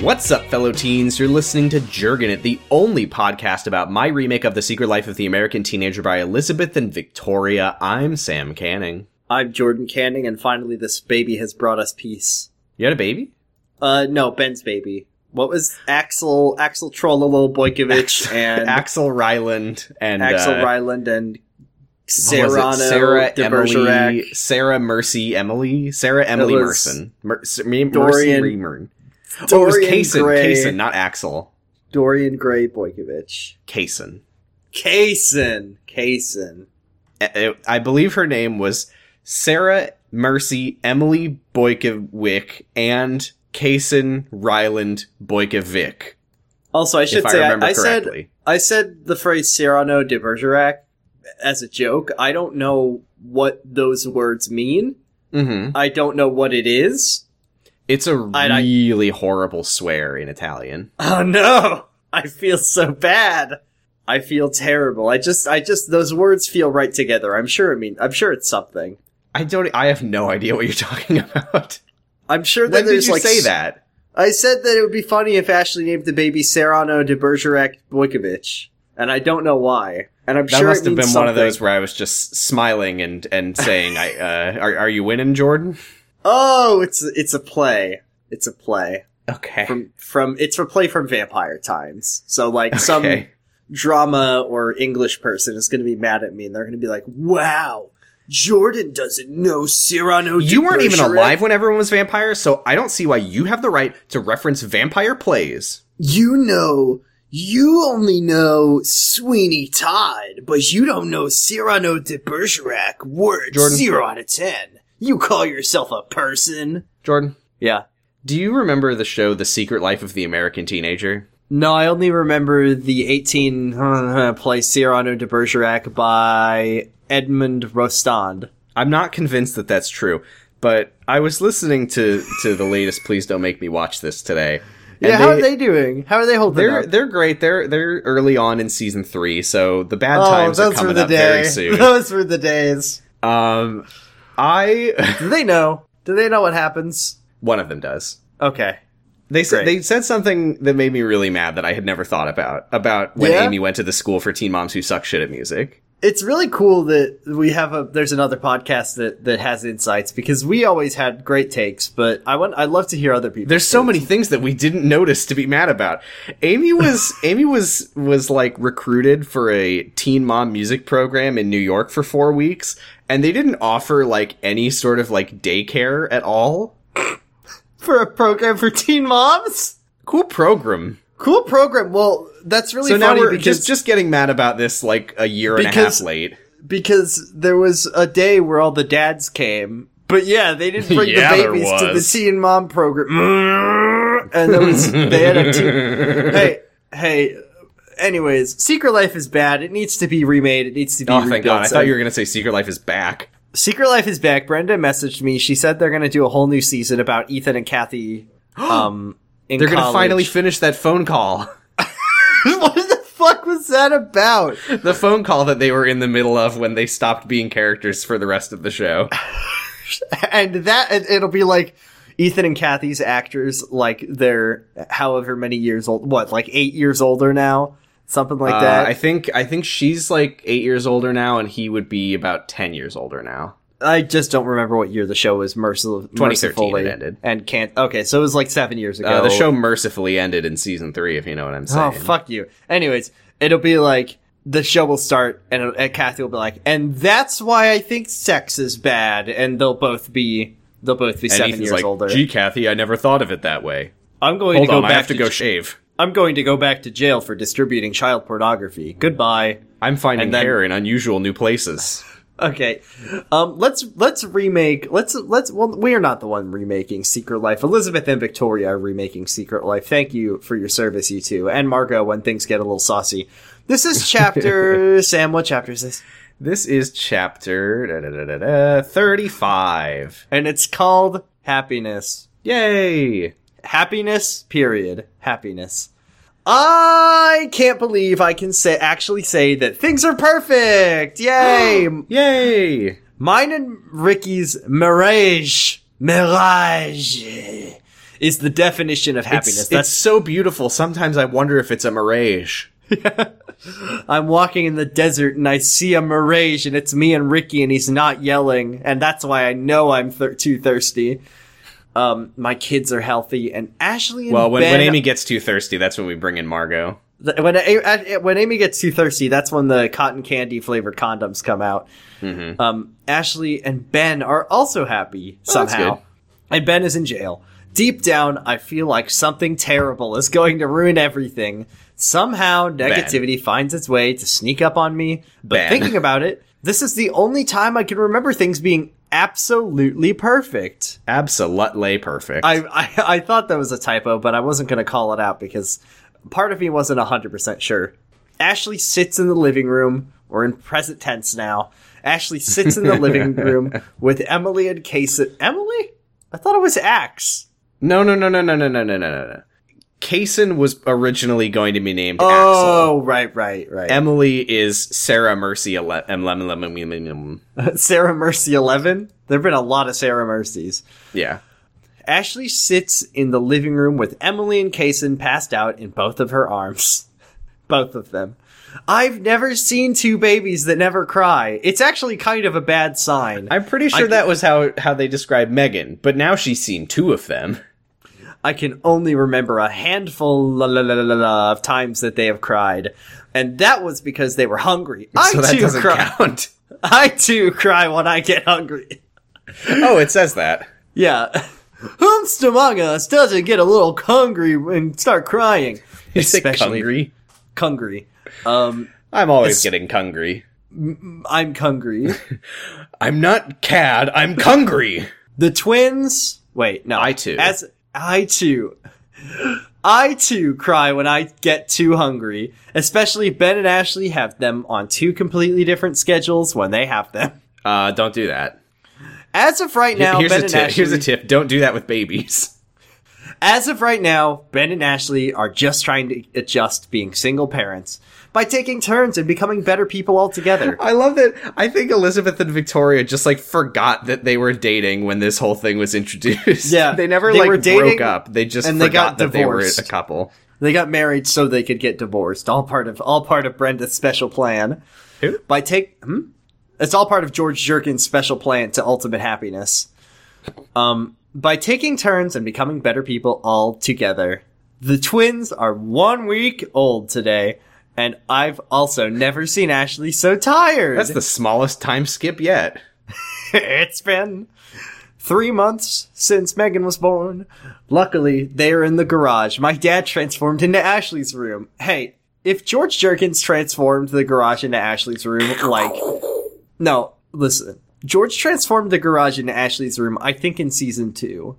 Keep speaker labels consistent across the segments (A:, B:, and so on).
A: What's up, fellow teens? You're listening to Jurgen It, the only podcast about my remake of The Secret Life of the American Teenager by Elizabeth and Victoria. I'm Sam Canning.
B: I'm Jordan Canning, and finally, this baby has brought us peace.
A: You had a baby?
B: Uh, no, Ben's baby. What was Axel Axel Trololo Boykovich and
A: Axel Ryland and
B: Axel
A: uh,
B: Ryland and
A: what was it?
B: Serrano
A: Sarah
B: de Bergerac,
A: Emily, Sarah Mercy Emily, Sarah Emily
B: was
A: Merson, Mer- Mer- Mercy
B: Dorian-
A: Reamer. Oh, it was
B: Dorian
A: Kaysen,
B: Gray.
A: Kaysen, not Axel.
B: Dorian Gray Boykovich,
A: Kaysen.
B: Kaysen, Kaysen.
A: I I believe her name was Sarah Mercy Emily Boykovic and Kaysen Ryland Boykovic.
B: Also, I should
A: If I
B: say I,
A: remember
B: I said
A: correctly,
B: I said the phrase Cyrano de Bergerac as a joke. I don't know what those words mean.
A: hmm
B: I don't know what it is.
A: it's a
B: I- I-
A: really horrible swear in Italian.
B: Oh no! I feel so bad. I feel terrible. I just, I just, those words feel right together. I'm sure. I mean, I'm sure it's something.
A: I don't. I have no idea what you're talking about.
B: I'm sure that
A: When did
B: there's
A: you
B: like
A: say
B: s-
A: that?
B: I said that it would be funny if Ashley named the baby Serrano de Bergerac Boykovich, and I don't know why. And I'm
A: That
B: sure
A: must
B: it
A: have been
B: means
A: one of
B: something.
A: those where I was just smiling and and saying, "I uh, are are you winning, Jordan?"
B: Oh, it's it's a play. It's a play
A: Okay.
B: from from it's a play from Vampire Times. So like some
A: Okay.
B: drama or English person is going to be mad at me, and they're going to be like, "Wow, Jordan doesn't know Cyrano." de
A: You weren't even
B: Bergerac.
A: alive when everyone was vampires, so I don't see why you have the right to reference vampire plays.
B: You know, you only know Sweeney Todd, but you don't know Cyrano de Bergerac. Word
A: Jordan.
B: zero out of ten. You call yourself a person?
A: Jordan,
B: Yeah.
A: do you remember the show The Secret Life of the American Teenager?
B: No, I only remember the 18 play Cyrano de Bergerac by Edmond Rostand.
A: I'm not convinced that that's true, but I was listening to to the latest Please Don't Make Me Watch This today. and
B: Yeah, how are they doing? How are they holding
A: They're
B: up?
A: they're great. They're they're early on in season three, so the bad
B: Oh,
A: times are
B: those were
A: coming
B: the
A: up very
B: days.
A: soon.
B: Those were the days.
A: um, I
B: Do they know? Do they know what happens?
A: one of them does.
B: Okay.
A: They said
B: Great.
A: they said something that made me really mad that I had never thought about about when
B: Yeah?
A: Amy went to the school for teen moms who suck shit at music.
B: It's really cool that we have a there's another podcast that that has insights because we always had great takes, but I want I love to hear other people.
A: There's so many things that we didn't notice to be mad about. Amy was Amy was was like recruited for a teen mom music program in New York for 4 weeks and they didn't offer like any sort of like daycare at all.
B: for a program for teen moms.
A: Cool program.
B: Cool program. Well, that's really
A: So now
B: funny
A: we're
B: because
A: just just getting mad about this like a year and a half
B: Because-
A: late.
B: because there was a day where all the dads came, but yeah, they didn't bring
A: Yeah,
B: the
A: there
B: babies to the
A: was.
B: teen mom program. And there was they had a teen, hey hey. Anyways, Secret Life is bad. It needs to be remade. It needs to be
A: Oh
B: rebuilt.
A: thank god. I
B: So-
A: thought you were going to say Secret Life is back.
B: Secret Life is back. Brenda messaged me. She said they're going to do a whole new season about Ethan and Kathy. Um, in
A: They're going to
B: college.
A: finally finish that phone call.
B: what the fuck was that about?
A: the phone call that they were in the middle of when they stopped being characters for the rest of the show.
B: And that it- it'll be like Ethan and Kathy's actors, like they're however many years old. What, like eight years older now? Something like
A: Uh,
B: that.
A: I think I think she's like eight years older now, and he would be about ten years older now.
B: I just don't remember what year the show was. Mercil-
A: 2013
B: mercifully
A: it ended.
B: and can't. Okay, so it was like seven years ago.
A: Uh, the show mercifully ended in season three, if you know what I'm saying.
B: Oh fuck you. Anyways, it'll be like the show will start, and, it'll- and Kathy will be like, "And that's why I think sex is bad," and they'll both be they'll both be
A: And
B: seven
A: Ethan's
B: years
A: like,
B: older.
A: "Gee, Kathy, I never thought of it that way.
B: I'm going
A: Hold
B: to go
A: on,
B: back
A: I have to go
B: j-
A: shave.
B: I'm going to go back to jail for distributing child pornography. Goodbye.
A: I'm finding
B: And then-
A: hair in unusual new places."
B: Okay, um, let's let's remake. Let's let's. Well, we are not the one remaking Secret Life. Elizabeth and Victoria are remaking Secret Life. Thank you for your service, you two, and Margot when things get a little saucy. This is chapter Sam. What chapter is this?
A: This is chapter da, da, da, da, da, 35.
B: and it's called happiness.
A: Yay!
B: Happiness, period. Happiness. I can't believe I can say actually say that things are perfect. Yay!
A: Yay!
B: Mine and Ricky's marriage, mirage is the definition of happiness.
A: It's, it's so beautiful. Sometimes I wonder if it's a mirage.
B: I'm walking in the desert and I see a mirage and it's me and Ricky and he's not yelling and that's why I know I'm thir- too thirsty. Um, my kids are healthy and Ashley and
A: Well, when,
B: ben,
A: when Amy gets too thirsty, that's when we bring in Margot.
B: th- when A- A- when Amy gets too thirsty, that's when the cotton candy flavored condoms come out.
A: Mm-hmm.
B: Um, Ashley and Ben are also happy
A: Oh, that's
B: somehow,
A: good.
B: and Ben is in jail. Deep down, I feel like something terrible is going to ruin everything. Somehow, negativity finds its way to sneak up on me. But
A: Ben.
B: thinking about it, this is the only time I can remember things being absolutely perfect.
A: Absolutely perfect.
B: I, I I thought that was a typo, but I wasn't going to call it out because part of me wasn't 100% sure. Ashley sits in the living room. We're in present tense now. Ashley sits in the living room with Emily and Casey. Emily? I thought it was Axe.
A: no, no, no, no, no, no, no, no, no, no. Kaysen was originally going to be named Axel.
B: Oh, right, right, right.
A: Emily is Sarah Mercy. Ele- em- lem- lem- lem- lem- lem- lem.
B: Sarah Mercy 11. There have been a lot of Sarah Mercies.
A: Yeah.
B: Ashley sits in the living room with Emily and Kaysen passed out in both of her arms. both of them. I've never seen two babies that never cry. It's actually kind of a bad sign. I,
A: I'm pretty sure that was how, how they described Megan, but now she's seen two of them.
B: can only remember a handful la, la, la, la, la, la, of times that they have cried. And that was because they were hungry. I
A: So that
B: too
A: doesn't
B: cry.
A: count.
B: I too cry when I get hungry.
A: Oh, it says that.
B: Yeah. Whomst among us doesn't get a little hungry and start crying.
A: Is it
B: Especially-
A: hungry?
B: Hungry. Um,
A: I'm always getting hungry.
B: I'm hungry.
A: I'm not cad. I'm hungry.
B: the twins. Wait, no.
A: I too.
B: As I too. I too cry when I get too hungry. Especially Ben and Ashley have them on two completely different schedules when they have them.
A: uh, don't do that.
B: As of right now,
A: here's
B: Ben
A: a
B: and
A: tip.
B: Ashley.
A: Here's a tip. Don't do that with babies.
B: As of right now, Ben and Ashley are just trying to adjust being single parents by taking turns and becoming better people altogether.
A: I love that. I think Elizabeth and Victoria just like forgot that they were dating when this whole thing was introduced.
B: Yeah.
A: they never
B: They
A: like
B: were dating,
A: broke up. They just
B: and they
A: forgot
B: got
A: that they were
B: divorced.
A: a couple.
B: They got married so they could get divorced. All part of all part of Brenda's special plan.
A: Who?
B: By take hmm? It's all part of George Jerkin's special plan to ultimate happiness. Um by taking turns and becoming better people all together. The twins are one week old today, and I've also never seen Ashley so tired.
A: That's the smallest time skip yet.
B: it's been three months since Megan was born. Luckily, they're in the garage. My dad transformed into Ashley's room. Hey, if George Jerkins transformed the garage into Ashley's room, like, no, listen. George transformed the garage into Ashley's room, I think in season two.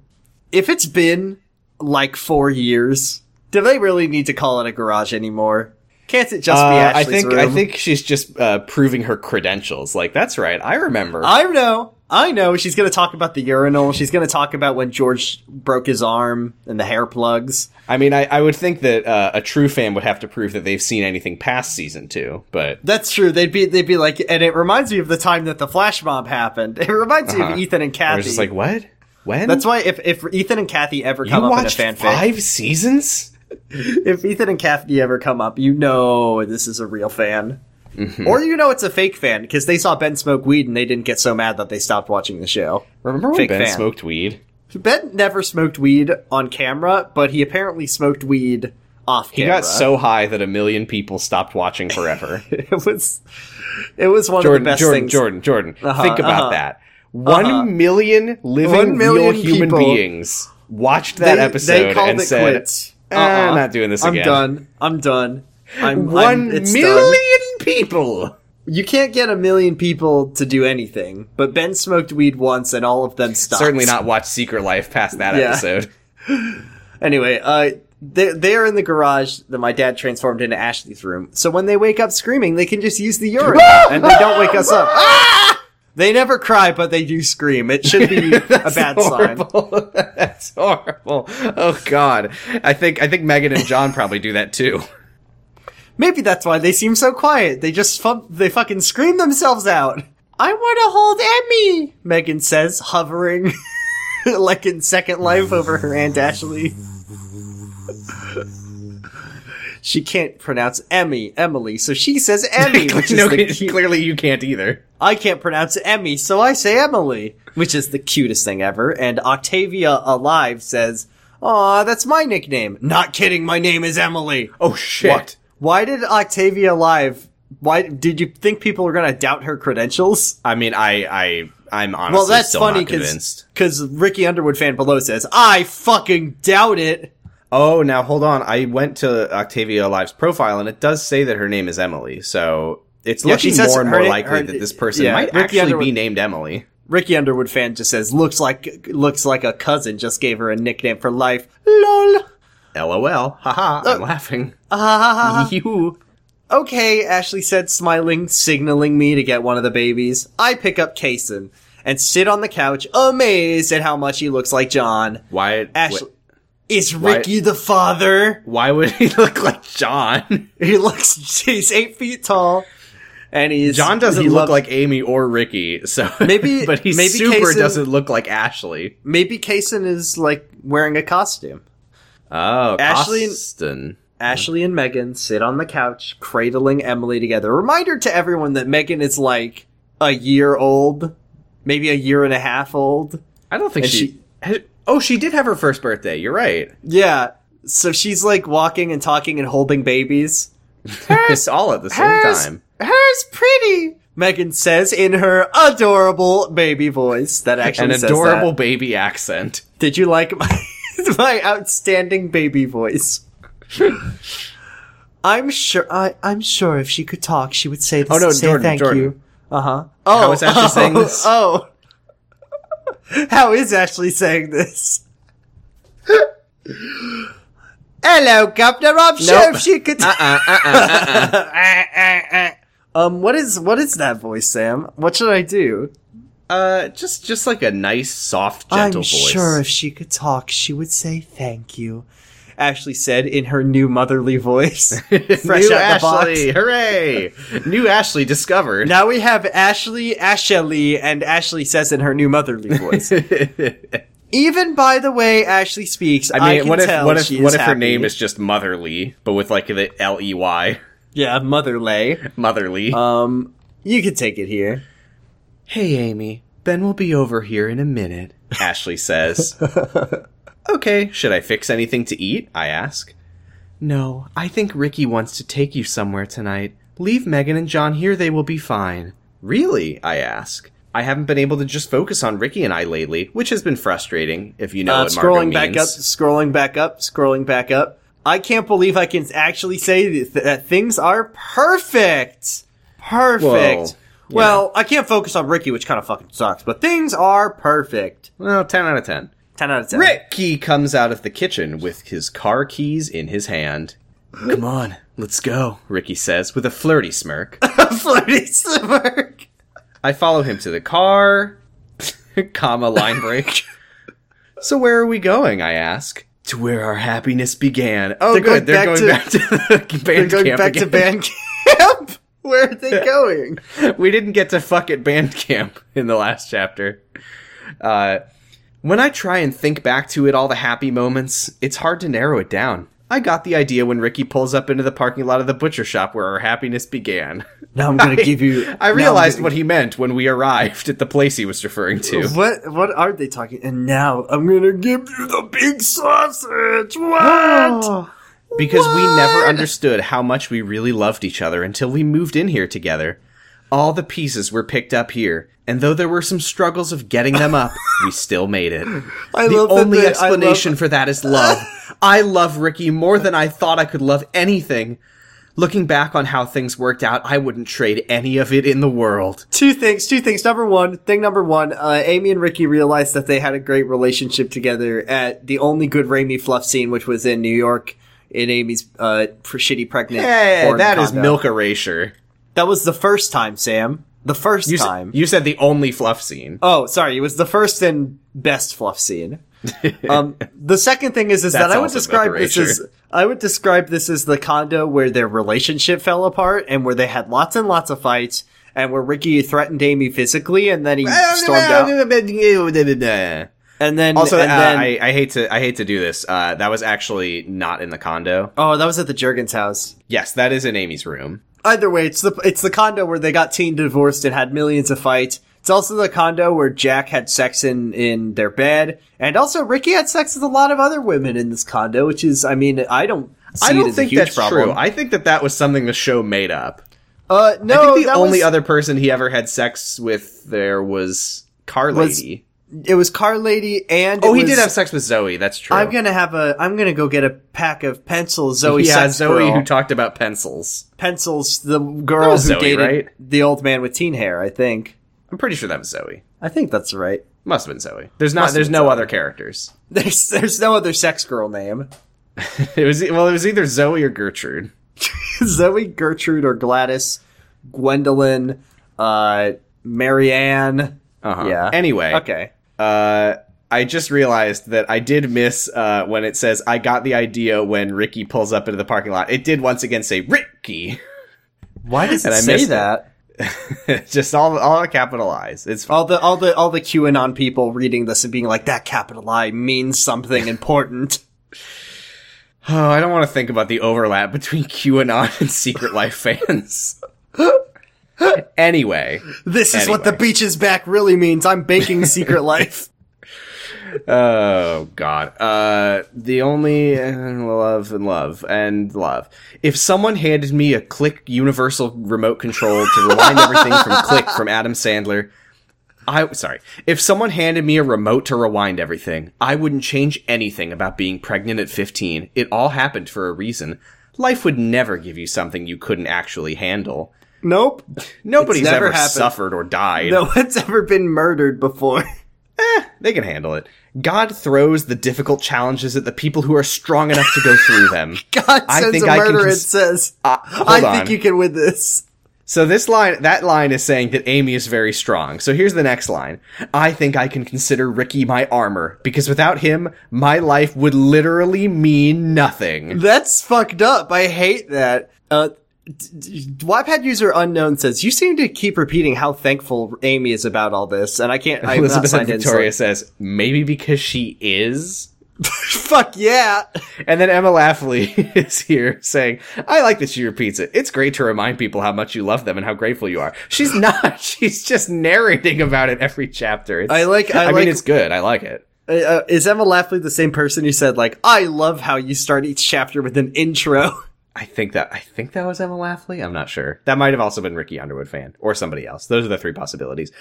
B: If it's been like four years, do they really need to call it a garage anymore? Can't it just be
A: Uh, I
B: Ashley's
A: think
B: room?
A: I think she's just uh, proving her credentials. Like that's right. I remember.
B: I know. I know. She's going to talk about the urinal. She's going to talk about when George broke his arm and the hair plugs.
A: I mean, I, I would think that uh, a true fan would have to prove that they've seen anything past season two. But
B: That's true. They'd be they'd be like, and it reminds me of the time that the flash mob happened. It reminds me
A: Uh-huh.
B: of Ethan and
A: I
B: Kathy.
A: was just like, what? When?
B: That's why if, if Ethan and Kathy ever
A: you
B: come up in a
A: watched
B: fanfic,
A: five seasons.
B: if Ethan and Kathy ever come up, you know this is a real fan.
A: Mm-hmm.
B: Or you know it's a fake fan because they saw Ben smoke weed and they didn't get so mad that they stopped watching the show.
A: Remember when
B: Fake
A: Ben
B: fan.
A: smoked weed?
B: Ben never smoked weed on camera, but he apparently smoked weed off
A: He
B: camera.
A: got so high that a million people stopped watching forever.
B: it was it was one of
A: Jordan,
B: the best
A: Jordan,
B: things.
A: Jordan, Jordan,
B: Uh-huh,
A: Think about
B: uh-huh.
A: that. One million living
B: One million
A: real human
B: people-
A: beings watched that
B: They-
A: episode
B: they called
A: and
B: it
A: said,
B: quits.
A: "Eh,
B: Uh-uh.
A: not doing this
B: I'm
A: again."
B: done. I'm done. I'm
A: One
B: I'm- it's
A: million
B: done.
A: people.
B: You can't get a million people to do anything, but Ben smoked weed once, and all of them stopped.
A: Certainly not watch Secret Life past that
B: Yeah.
A: episode.
B: Anyway, uh, they they're in the garage that my dad transformed into Ashley's room. So when they wake up screaming, they can just use the urinal, and they don't wake us up.
A: Ah!
B: They never cry, but they do scream. It should be a bad sign.
A: horrible. That's horrible. Oh God, I think I think Megan and John probably do that too.
B: Maybe that's why they seem so quiet. They just fu- they fucking scream themselves out. I want to hold Emmy, Megan says, hovering. like in Second Life over her Aunt Ashley. she can't pronounce Emmy, Emily, so she says Emmy, which is
A: no,
B: the cute-
A: clearly you can't either.
B: I can't pronounce Emmy, so I say Emily, which is the cutest thing ever. And Octavia Alive says, "Aw, that's my nickname." Not kidding, my name is Emily.
A: Oh shit!
B: What? Why did Octavia Alive? Why did you think people were gonna doubt her credentials?
A: I mean, I, I, I'm honestly
B: Well, that's
A: still
B: funny
A: not convinced.
B: because Ricky Underwood fan below says, "I fucking doubt it."
A: Oh, now hold on. I went to Octavia Live's profile, and it does say that her name is Emily. So it's
B: Yeah, she
A: looking
B: says
A: more and
B: her
A: more
B: na-
A: likely
B: her-
A: that this person
B: yeah,
A: might
B: Ricky
A: actually be
B: Underwood-
A: named Emily.
B: Ricky Underwood fan just says, "Looks like looks like a cousin just gave her a nickname for life." Lol.
A: LOL. Haha. I'm laughing. Uh-huh.
B: Ah.
A: You.
B: Okay, Ashley said, smiling, signaling me to get one of the babies. I pick up Kason and sit on the couch, amazed at how much he looks like John.
A: Why?
B: Ashley,
A: wh-
B: is Ricky the father?
A: Why would he look like John?
B: He looks, he's eight feet tall, and he's
A: John doesn't
B: he
A: look
B: loves-
A: like Amy or Ricky, so
B: Maybe-
A: but he
B: maybe
A: super
B: Kaysen-
A: doesn't look like Ashley.
B: maybe Kason is like wearing a costume.
A: Oh,
B: Ashley-
A: Costin.
B: Ashley and Megan sit on the couch, cradling Emily together. Reminder to everyone that Megan is like a year old, maybe a year and a half old.
A: I don't think
B: And
A: she, Oh, she did have her first birthday. You're right.
B: Yeah. So she's like walking and talking and holding babies.
A: It's all at the same
B: hers,
A: time.
B: Hers pretty. Megan says in her adorable baby voice that actually
A: An
B: says
A: adorable
B: that.
A: baby accent.
B: Did you like my my outstanding baby voice? I'm sure. I, I'm sure if she could talk, she would say this.
A: Oh, no,
B: say
A: Jordan,
B: thank
A: Jordan.
B: you. Uh huh. Oh,
A: How is Ashley
B: oh,
A: saying this?
B: Oh, how is Ashley saying this? Hello, Governor. I'm sure
A: Nope.
B: if she could. Uh-uh.
A: Uh,
B: um, what is what is that voice, Sam? What should I do?
A: Uh, just just like a nice, soft, gentle
B: I'm
A: voice.
B: sure if she could talk, she would say thank you. Ashley said in her new motherly voice, fresh
A: New
B: out
A: Ashley,
B: the box.
A: hooray! New Ashley discovered.
B: Now we have Ashley, Ashley, and Ashley says in her new motherly voice. Even by the way Ashley speaks,
A: I mean,
B: can
A: what if
B: tell
A: what if
B: she is
A: what if her
B: happy.
A: name is just Motherly, but with like the L E Y,
B: yeah motherlay?
A: Motherly?
B: Um, you could take it here.
A: hey, Amy, Ben will be over here in a minute. Ashley says. okay, should I fix anything to eat? I ask. No, I think Ricky wants to take you somewhere tonight. Leave Megan and John here; they will be fine. Really? I ask. I haven't been able to just focus on Ricky and I lately, which has been frustrating. If you know
B: Uh,
A: what Margot
B: scrolling back
A: means.
B: up, scrolling back up, scrolling back up. I can't believe I can actually say th- that things are perfect.
A: Whoa.
B: Perfect. Well, I can't focus on Ricky, which kind of fucking sucks, but things are perfect.
A: Well, ten out of ten.
B: 10 out of 10.
A: Ricky comes out of the kitchen with his car keys in his hand. Come on, let's go, Ricky says with a flirty smirk.
B: Flirty smirk.
A: I follow him to the car, comma, line break. so where are we going? I ask. To where our happiness began. Oh,
B: They're
A: good.
B: going
A: They're
B: back
A: going
B: to-
A: back to the band
B: They're going
A: camp
B: back to
A: again.
B: band camp. Where are they going?
A: we didn't get to fuck at band camp in the last chapter. Uh, when I try and think back to it, all the happy moments, it's hard to narrow it down. I got the idea when Ricky pulls up into the parking lot of the butcher shop where our happiness began.
B: Now I'm going to give you.
A: I realized what he meant when we arrived at the place he was referring to.
B: What what are they talking? And now I'm gonna give you the big sausage. What?
A: Because we
B: What?
A: never understood how much we really loved each other until we moved in here together. All the pieces were picked up here, and though there were some struggles of getting them up, we still made it.
B: I
A: the
B: love that
A: only
B: they- I love-
A: explanation for that is love. I love Ricky more than I thought I could love anything. Looking back on how things worked out, I wouldn't trade any of it in the world.
B: two things two things number one thing number one uh, amy and ricky realized that they had a great relationship together at the only good Raimi fluff scene which was in new york in amy's uh, pr- shitty pregnant
A: Hey,
B: porn
A: that is
B: condo.
A: milk erasure.
B: that was the first time sam the first
A: You, s-
B: time
A: you said the only fluff scene.
B: oh sorry it was the first and best fluff scene um, the second thing is is that
A: That's
B: I would
A: also
B: describe
A: milk
B: this
A: erasure.
B: as I would describe this as the condo where their relationship fell apart and where they had lots and lots of fights
A: Oh,
B: and where Ricky threatened Amy physically and then he stormed out. And then
A: Also,
B: and
A: uh,
B: then,
A: I, I hate to I hate to do this. Uh, that was actually not in the condo.
B: oh, that was at the Jurgens house.
A: Yes, that is in Amy's room.
B: Either way, it's the it's the condo where they got teen divorced and had millions of fights. It's also the condo where Jack had sex in in their bed, and also Ricky had sex with a lot of other women in this condo, which is, I mean, I don't. See
A: I
B: it
A: don't
B: as a
A: think
B: huge
A: that's
B: problem.
A: true. I think that that was something the show made up.
B: uh, no,
A: I think the
B: that
A: only
B: was-
A: other person he ever had sex with there was Car
B: Was-
A: Lady.
B: it was car lady and
A: oh,
B: it
A: he did
B: was-
A: have sex with Zoe. That's true.
B: I'm gonna have a. I'm gonna go get a pack of pencils. Zoe,
A: yeah,
B: sex
A: Oh, Zoe
B: girl.
A: who talked about pencils.
B: pencils the girl who
A: was Zoe,
B: dated
A: right?
B: the old man with teen hair. I think.
A: I'm pretty sure that was Zoe.
B: I think that's right.
A: Must have been Zoe. There's not.
B: Must have
A: there's
B: been
A: no
B: Zoe.
A: other characters.
B: There's there's no other sex girl name.
A: It was well. It was either Zoe or Gertrude.
B: Zoe, Gertrude, or Gladys, Gwendolyn, uh, Marianne.
A: Uh-huh.
B: Yeah.
A: Anyway,
B: Okay.
A: uh, I just realized that I did miss uh, when it says I got the idea when Ricky pulls up into the parking lot. It did once again say Ricky.
B: Why does
A: And
B: it
A: I
B: say
A: missed it.
B: that?
A: just all all capitalized. It's fine.
B: All the all the all the QAnon people reading this and being like, that capital I means something important.
A: Oh, I don't want to think about the overlap between QAnon and Secret Life fans. anyway,
B: This is what the
A: Anyway.
B: beach is back really means. I'm baking Secret Life.
A: oh god. Uh the only uh, love and love and love. If someone handed me a click universal remote control to rewind everything from click from Adam Sandler, I sorry. If someone handed me a remote to rewind everything, I wouldn't change anything about being pregnant at 15. It all happened for a reason. Life would never give you something you couldn't actually handle.
B: Nope.
A: Nobody's
B: never
A: ever
B: happened.
A: suffered or died.
B: No one's ever been murdered before.
A: They can handle it. God throws the difficult challenges at the people who are strong enough to go through them.
B: God
A: I
B: sends
A: think
B: a
A: I can
B: murderer and
A: cons-
B: says,
A: Uh, hold
B: I
A: on.
B: think you can win this.
A: So this line, that line is saying that Amy is very strong. So here's the next line. I think I can consider Ricky my armor because without him, my life would literally mean nothing.
B: That's fucked up. I hate that. Uh, d- d- Wattpad user unknown says, you seem to keep repeating how thankful Amy is about all this, and I can't, I'm not
A: Elizabeth and
B: signed in. so-
A: Victoria says, maybe because she is.
B: Fuck yeah.
A: And then Emma Laughley is here saying, I like that she repeats it. It's great to remind people how much you love them and how grateful you are. She's not. She's just narrating about it every chapter. It's-
B: I like- I like-
A: mean, it's good. I like it.
B: Uh, Uh, is Emma Laughley the same person who said, like, I love how you start each chapter with an intro?
A: I think that, I think that was Emma Laughley. I'm not sure. That might have also been Ricky Underwood fan or somebody else. Those are the three possibilities.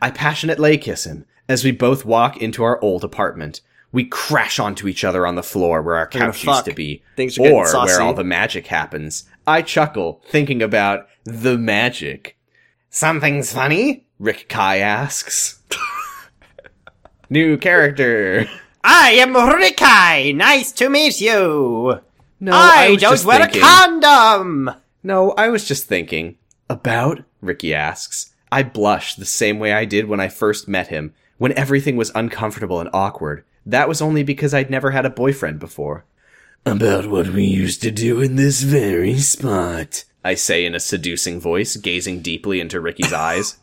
A: I passionately kiss him as we both walk into our old apartment. We crash onto each other on the floor where our
B: gonna
A: couch used to
B: fuck.
A: be,
B: Things are getting
A: or
B: saucy.
A: where all the magic happens. I chuckle, thinking about the magic. Something's funny? Rick Kai asks. New character.
B: I am Rikai. Nice to meet you.
A: No,
B: Oh, I,
A: was
B: don't
A: just
B: wear
A: thinking-
B: a condom.
A: No, I was just thinking. About? Ricky asks. I blush the same way I did when I first met him, when everything was uncomfortable and awkward. That was only because I'd never had a boyfriend before. About what we used to do in this very spot, I say in a seducing voice, gazing deeply into Ricky's eyes.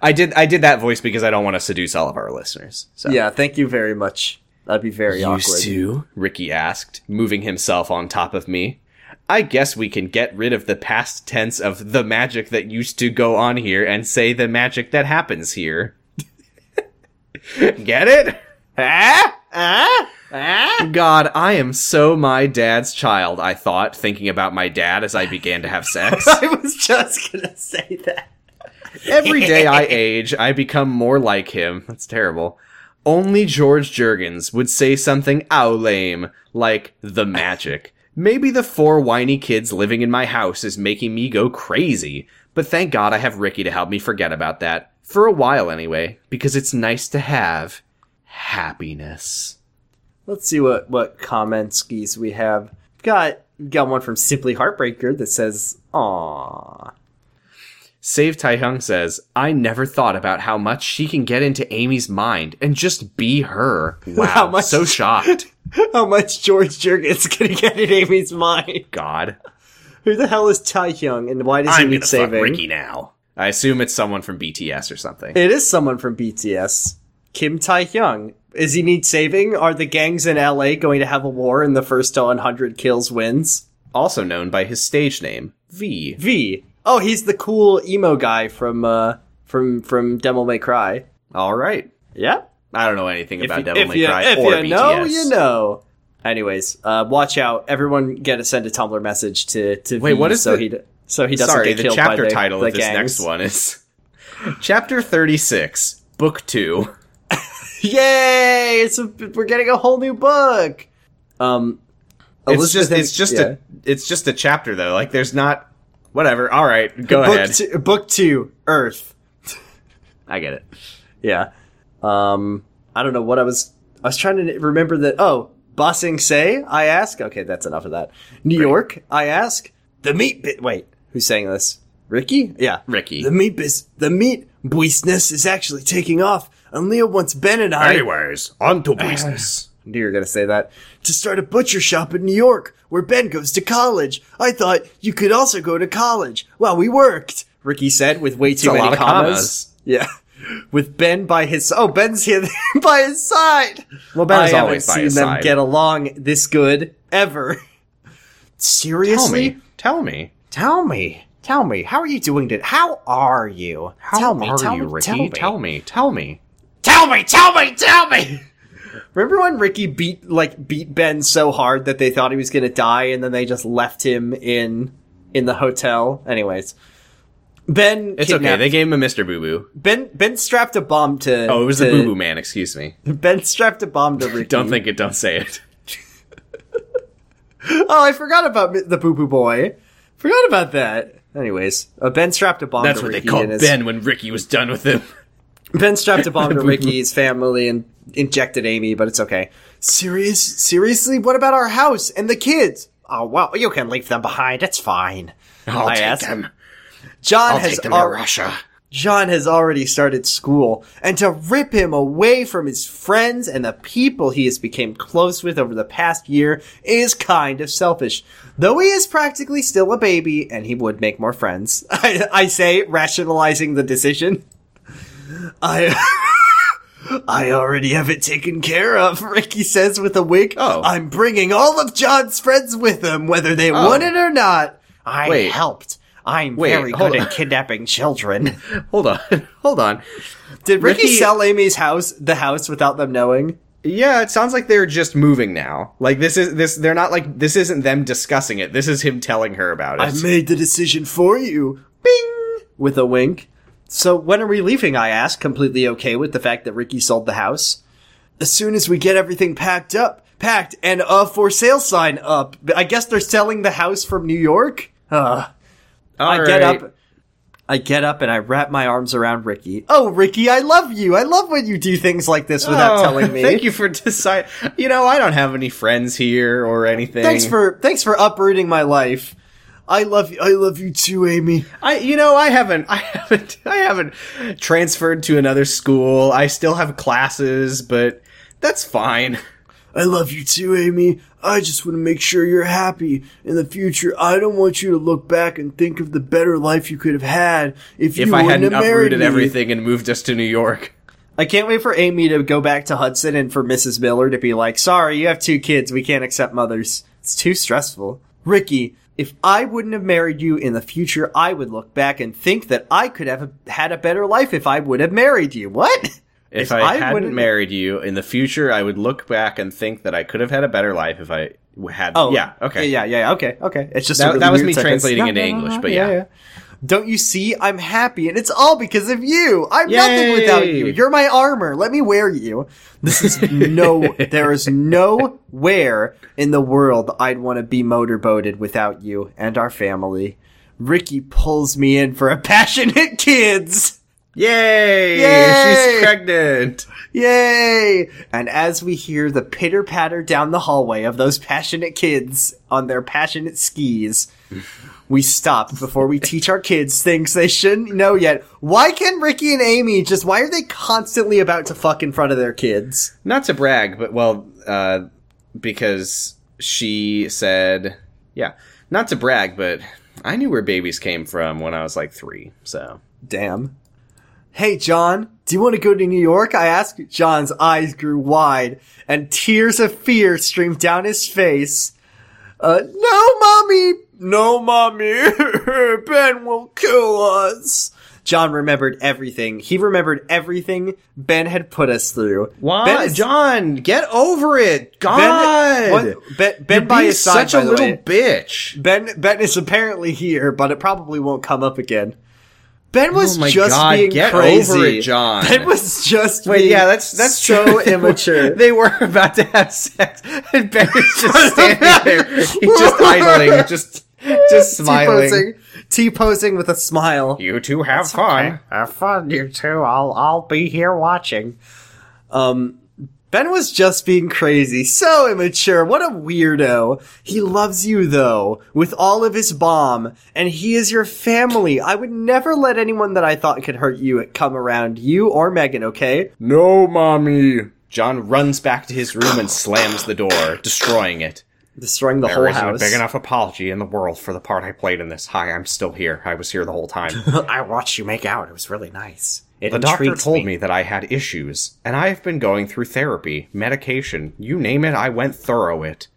A: I did I did that voice because I don't want to seduce all of our listeners. So.
B: Yeah, thank you very much. That'd be very awkward.
A: Used to? Ricky asked, moving himself on top of me. I guess we can get rid of the past tense of the magic that used to go on here and say the magic that happens here. get it?
B: Huh? Huh? Huh?
A: God, I am so my dad's child, I thought, thinking about my dad as I began to have sex.
B: I was just gonna say that.
A: Every day I age, I become more like him. That's terrible. Only George Jurgens would say something ow lame, like the magic. Maybe the four whiny kids living in my house is making me go crazy, but thank God I have Ricky to help me forget about that. For a while anyway, because it's nice to have happiness.
B: Let's see what what comment skis we have. Got got one from Simply Heartbreaker that says, "Aw."
A: Save Taehyung says, I never thought about how much she can get into Amy's mind and just be her. Wow,
B: How much-
A: so shocked.
B: How much George Jurgens gonna get in Amy's mind?
A: God.
B: Who the hell is Taehyung, and why does he need saving?
A: now. I assume it's someone from BTS or something.
B: It is someone from BTS, Kim Taehyung, Is he need saving? Are the gangs in LA going to have a war and the first to 100 kills wins?
A: also known by his stage name, V.
B: V. Oh, he's the cool emo guy from uh from from Devil May Cry.
A: All right.
B: Yeah.
A: I don't know anything about
B: you-
A: Devil May
B: you-
A: Cry
B: if
A: or
B: you
A: BTS.
B: know, you know. Anyways, uh, watch out. Everyone get to send a Tumblr message to to
A: Wait,
B: V
A: what is
B: so
A: the-
B: he d- so he doesn't
A: Sorry,
B: get
A: the
B: killed
A: chapter
B: by the,
A: title
B: the
A: of this next
B: gangs.
A: one is Chapter 36, Book 2.
B: Yay! It's a, we're getting a whole new book. Um,
A: It's just
B: Elizabeth-
A: it's just
B: yeah.
A: a it's just a chapter though. Like there's not whatever. All right, go
B: book
A: ahead.
B: Two, book two, Earth.
A: I get it.
B: Yeah. Um, I don't know what I was. I was trying to remember that. Oh, Bossing Say, I ask. Okay, that's enough of that. New York, I ask. The meat. Bi- Wait, who's saying this? Ricky? Yeah,
A: Ricky.
B: The meat bis. The meat business is actually taking off. And Leo wants Ben and I.
A: Anyways, on to business.
B: I knew you were gonna say that. To start a butcher shop in New York, where Ben goes to college. I thought you could also go to college. Well, we worked. Ricky said with way too
A: a
B: many
A: lot of
B: commas.
A: commas.
B: Yeah. With Ben by his oh Ben's here by his side.
A: Well, Ben
B: I
A: is
B: haven't
A: always by
B: seen
A: his
B: them
A: side.
B: get along this good ever.
A: Tell
B: Seriously,
A: me. Tell me.
B: tell me, tell me, how are you doing? To, how are you?
A: How
B: tell me,
A: are
B: tell
A: you,
B: me,
A: Ricky?
B: tell me,
A: Tell me. Tell me.
B: Tell me, tell me, tell me. Remember when Ricky beat like beat Ben so hard that they thought he was gonna die, and then they just left him in in the hotel. Anyways, Ben.
A: It's okay.
B: kidnapped-
A: They gave him a Mr. Boo Boo.
B: ben Ben strapped a bomb to.
A: Oh, it was
B: to,
A: the Boo Boo Man. Excuse me.
B: Ben strapped a bomb to Ricky.
A: Don't think it. Don't say it.
B: Oh, I forgot about the Boo Boo Boy. Forgot about that. Anyways, uh, Ben strapped a bomb.
A: That's
B: to
A: what they
B: Ricky
A: called
B: and his-
A: Ben when Ricky was done with him.
B: Ben strapped a bomb to Ricky's family and injected Amy, but it's okay. Serious? Seriously? What about our house and the kids? Oh, well, you can leave them behind. It's fine.
A: I'll
B: I
A: take
B: asked-
A: them.
B: John
A: I'll
B: has
A: take them
B: al-
A: to Russia.
B: John has already started school, and to rip him away from his friends and the people he has become close with over the past year is kind of selfish. Though he is practically still a baby, and he would make more friends. I, I say, rationalizing the decision. I. I already have it taken care of, Ricky says with a wink.
A: Oh.
B: I'm bringing all of John's friends with him, whether they want it or not. I
A: Oh. Wait.
B: helped. I'm
A: Wait,
B: very
A: hold
B: good
A: on.
B: at kidnapping children.
A: Hold on. Hold on.
B: Did Ricky,
A: Ricky-
B: sell Amy's house, the house, without them knowing?
A: Yeah, it sounds like they're just moving now. Like this is this. They're not like this. Isn't them discussing it? This is him telling her about it.
B: made the decision for you. Bing! With a wink. So when are we leaving? I asked, completely okay with the fact that Ricky sold the house. As soon as we get everything packed up, packed, and a for sale sign up. I guess they're selling the house from New York? Ugh.
A: All
B: Uh, I get
A: right.
B: up. I get up and I wrap my arms around Ricky. Oh, Ricky, I love you. I love when you do things like this without
A: Oh,
B: telling me.
A: Thank you for deciding. You know, I don't have any friends here or anything.
B: Thanks for thanks for uprooting my life. I love you. I love you too, Amy.
A: I. You know, I haven't. I haven't. I haven't transferred to another school. I still have classes, but that's fine.
B: I love you too, Amy. I just want to make sure you're happy in the future. I don't want you to look back and think of the better life you could have had if you
A: If I
B: wouldn't
A: hadn't
B: have married
A: uprooted
B: me.
A: everything and moved us to New York.
B: I can't wait for Amy to go back to Hudson and for Mrs. Miller to be like, sorry, you have two kids. We can't accept mothers. It's too stressful. Ricky, if I wouldn't have married you in the future, I would look back and think that I could have had a better life if I would have married you. What?
A: If,
B: If
A: I,
B: I
A: hadn't
B: wouldn't-
A: married you in the future, I would look back and think that I could have had a better life if I w- had.
B: Oh,
A: yeah, okay.
B: Yeah, yeah, yeah, okay, okay. It's just a
A: That,
B: really
A: that was
B: weird
A: me
B: sentence.
A: translating
B: No,
A: into
B: no, no,
A: English,
B: no,
A: but yeah.
B: Don't you see? I'm happy, and it's all because of you. I'm nothing
A: Yay!
B: without you. You're my armor. Let me wear you. This is no. there is nowhere in the world I'd want to be motorboated without you and our family. Ricky pulls me in for a passionate kids.
A: Yay!
B: Yay!
A: She's pregnant.
B: Yay! And as we hear the pitter patter down the hallway of those passionate kids on their passionate skis, we stop before we teach our kids things they shouldn't know yet. Why can Ricky and Amy just, why are they constantly about to fuck in front of their kids?
A: Not to brag, but well, uh, because she said, yeah, not to brag, but I knew where babies came from when I was like three. So
B: Damn. Hey, John, Do you want to go to New York? I asked. John's eyes grew wide and tears of fear streamed down his face. Uh, no, mommy! No, mommy! ben will kill us! John remembered everything. He remembered everything Ben had put us through.
A: Why,
B: Ben is-
A: John? Get over it. God,
B: Ben, what- ben, ben
A: You're
B: by
A: being
B: his side,
A: such a
B: by the
A: little
B: way.
A: bitch.
B: Ben Ben is apparently here, but it probably won't come up again. Ben was
A: Oh my
B: just
A: God,
B: being
A: get
B: crazy.
A: over it, John.
B: Ben was just
A: Wait,
B: being
A: yeah, that's that's
B: so immature.
A: they were about to have sex, and Ben is just standing there, he's just idling, just just smiling.
B: T-posing, T-posing with a smile.
A: You two have fun.
B: Have fun, you two. I'll I'll be here watching. Um, Ben was just being crazy, so immature. What a weirdo. He loves you though, with all of his bomb, and he is your family. I would never let anyone that I thought could hurt you come around you or Megan. Okay?
A: No, mommy. John runs back to his room and slams the door, destroying it.
B: Destroying the
A: There
B: whole
A: isn't a
B: house.
A: big enough apology in the world for the part I played in this. Hi, I'm still here. I was here the whole time.
B: I watched you make out. It was really nice. It
A: The doctor
B: intrigues
A: told me. that I had issues, and I have been going through therapy, medication, you name it, I went thorough it.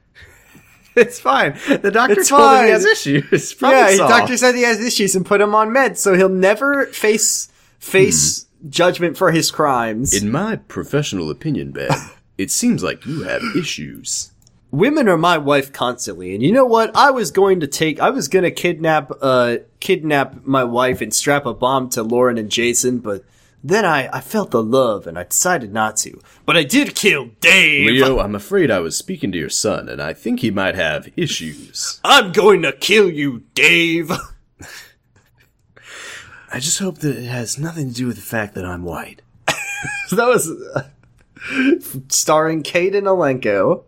A: it's fine. The doctor
B: It's fine.
A: issues.
B: yeah,
A: Problem
B: he-
A: solved.
B: doctor said he has issues and put him on meds, so he'll never face face judgment for his crimes.
C: In my professional opinion, Ben, it seems like you have issues.
B: Women are my wife constantly, and you know what? I was going to take, I was going to kidnap, uh, kidnap my wife and strap a bomb to Lauren and Jason, but then I, I felt the love and I decided not to. But I did kill Dave.
C: Leo, I'm afraid I was speaking to your son, and I think he might have issues.
B: I'm going to kill you, Dave.
C: I just hope that it has nothing to do with the fact that I'm white.
B: that was uh, starring Kate and Elenko.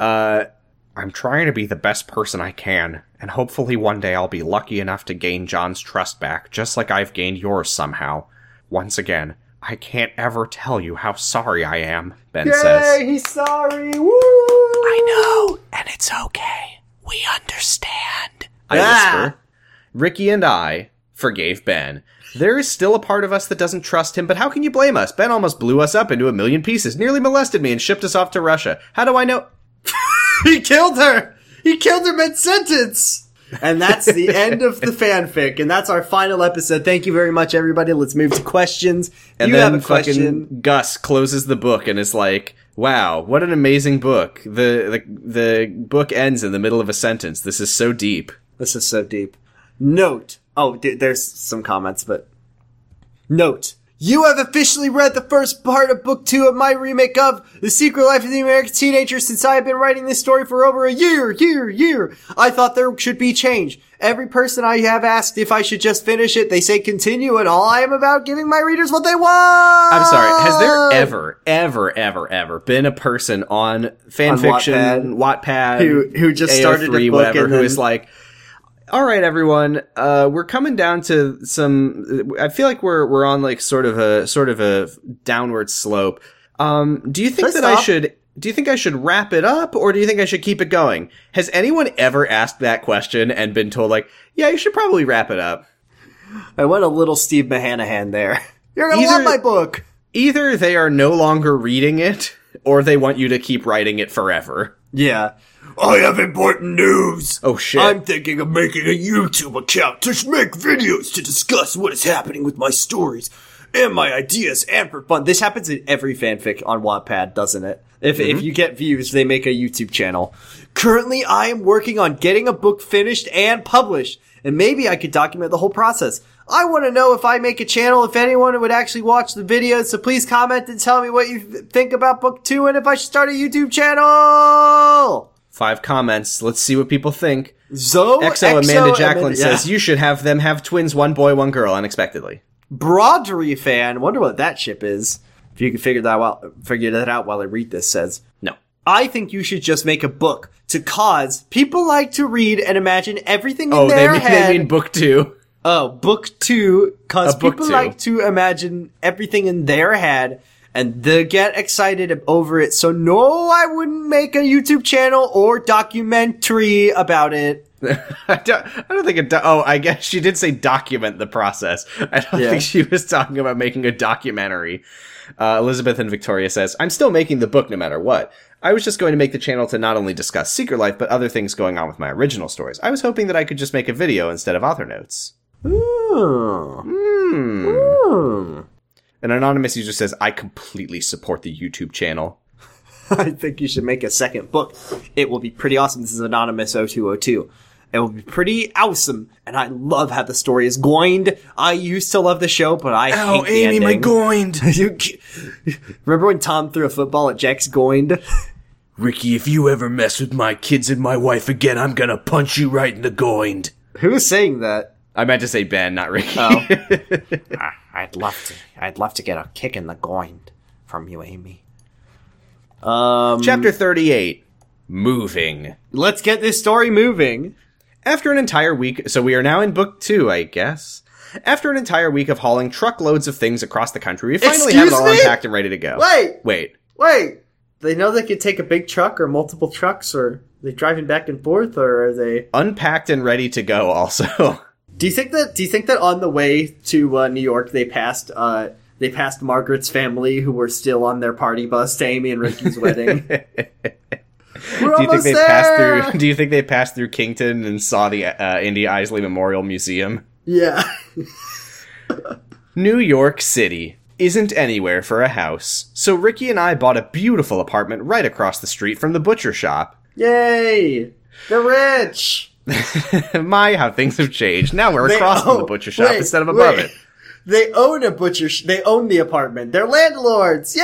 A: I'm trying to be the best person I can, and hopefully one day I'll be lucky enough to gain John's trust back, just like I've gained yours somehow. Once again, I can't ever tell you how sorry I am, Ben says.
B: Yay, he's sorry. Woo!
C: No, and it's okay. We understand.
A: I
B: Ah.
A: whisper. Ricky and I forgave Ben. There is still a part of us that doesn't trust him, but how can you blame us? Ben almost blew us up into a million pieces, nearly molested me, and shipped us off to Russia. How do I know?
B: He killed her. He killed her mid sentence. And that's the end of the fanfic. And that's our final episode. Thank you very much, everybody. Let's move to questions.
A: And
B: you
A: then
B: have a
A: fucking
B: question.
A: Gus closes the book and is like, "Wow, what an amazing book! The the the book ends in the middle of a sentence. This is so deep."
B: This is so deep. Note. Oh, d- there's some comments, but note. You have officially read the first part of book two of my remake of The Secret Life of the American Teenager since I have been writing this story for over a year, year, year. I thought there should be change. Every person I have asked if I should just finish it, they say continue and all I am about giving my readers what they want.
A: I'm sorry. Has there ever, ever, ever, ever been a person on fan
B: On
A: fiction, Wattpad,
B: Who- who just started a book
A: whatever,
B: and
A: who
B: then-
A: is like, "All right, everyone, uh, we're coming down to some. I feel like we're we're on like sort of a sort of a downward slope. Um, do you think
B: First
A: that I
B: off-
A: should?" Do you think I should wrap it up or do you think I should keep it going? Has anyone ever asked that question and been told like, "Yeah, you should probably wrap it up"?
B: I went a little Steve Mahanahan there. You're gonna
A: Either-
B: love my book.
A: Either they are no longer reading it or they want you to keep writing it forever.
B: Yeah. I have important news.
A: Oh shit.
B: I'm thinking of making a YouTube account to sh- make videos to discuss what is happening with my stories and my ideas and for fun. This happens in every fanfic on Wattpad, doesn't it? If,
A: Mm-hmm.
B: if you get views, they make a YouTube channel. Currently, I am working on getting a book finished and published, and maybe I could document the whole process. I want to know if I make a channel, if anyone would actually watch the videos, so please comment and tell me what you th- think about book two and if I should start a YouTube channel!
A: Five comments. Let's see what people think.
B: Zo,
A: XO, Amanda Jacqueline
B: yeah.
A: says you should have them have twins, one boy, one girl, unexpectedly.
B: Brodery fan. Wonder what that ship is. If you can figure that out, figure that out while I read this. Says,
A: No.
B: I think you should just make a book to cause people like to read and imagine everything in
A: Oh, they
B: their
A: mean,
B: head.
A: they mean book two.
B: oh, book two, cause
A: A book
B: people
A: two.
B: like to imagine everything in their head. And they get excited over it. So no, I wouldn't make a YouTube channel or documentary about it.
A: I don't, I don't think it. Do- oh, I guess she did say document the process. I don't
B: Yeah.
A: think she was talking about making a documentary. Uh, Elizabeth and Victoria says, "I'm still making the book no matter what. I was just going to make the channel to not only discuss Secret Life but other things going on with my original stories. I was hoping that I could just make a video instead of author notes."
B: Oh.
A: Hmm.
B: Hmm.
A: An anonymous user says, "I completely support the YouTube channel."
B: I think you should make a second book. It will be pretty awesome. This is Anonymous 0202. It will be pretty awesome. And I love how the story is goined. I used to love the show, but I hate the ending.
C: goined.
B: You ki- Remember when Tom threw a football at Jack's Goind?
C: Ricky, if you ever mess with my kids and my wife again, I'm gonna punch you right in the goind.
B: Who's saying that?
A: I meant to say Ben, not Ricky.
B: I'd love to. I'd love to get a kick in the Goind from you, Amy. Um,
A: Chapter 38 Moving.
B: let's get this story moving.
A: After an entire week, so we are now in book two, I guess. After an entire week of hauling truckloads of things across the country, we finally have it
B: Excuse
A: all
B: me?
A: unpacked and ready to go.
B: Wait.
A: Wait.
B: Wait, they know they could take a big truck or multiple trucks, or are they driving back and forth, or are they?
A: Unpacked and ready to go, also.
B: Do you think that? Do you think that on the way to uh, New York they passed? Uh, they passed Margaret's family, who were still on their party bus to Amy and Ricky's wedding. we're
A: do you think they passed through? Do you think they passed through Kington and saw the uh, India Isley Memorial Museum?
B: Yeah.
A: New York City isn't anywhere for a house, so Ricky and I bought a beautiful apartment right across the street from the butcher shop.
B: Yay! They're rich.
A: My, how things have changed. Now we're
B: They-
A: across from
B: oh,
A: the butcher shop
B: wait,
A: instead of above
B: wait.
A: it.
B: They own a butcher. Sh- they own the apartment. They're landlords. Yay!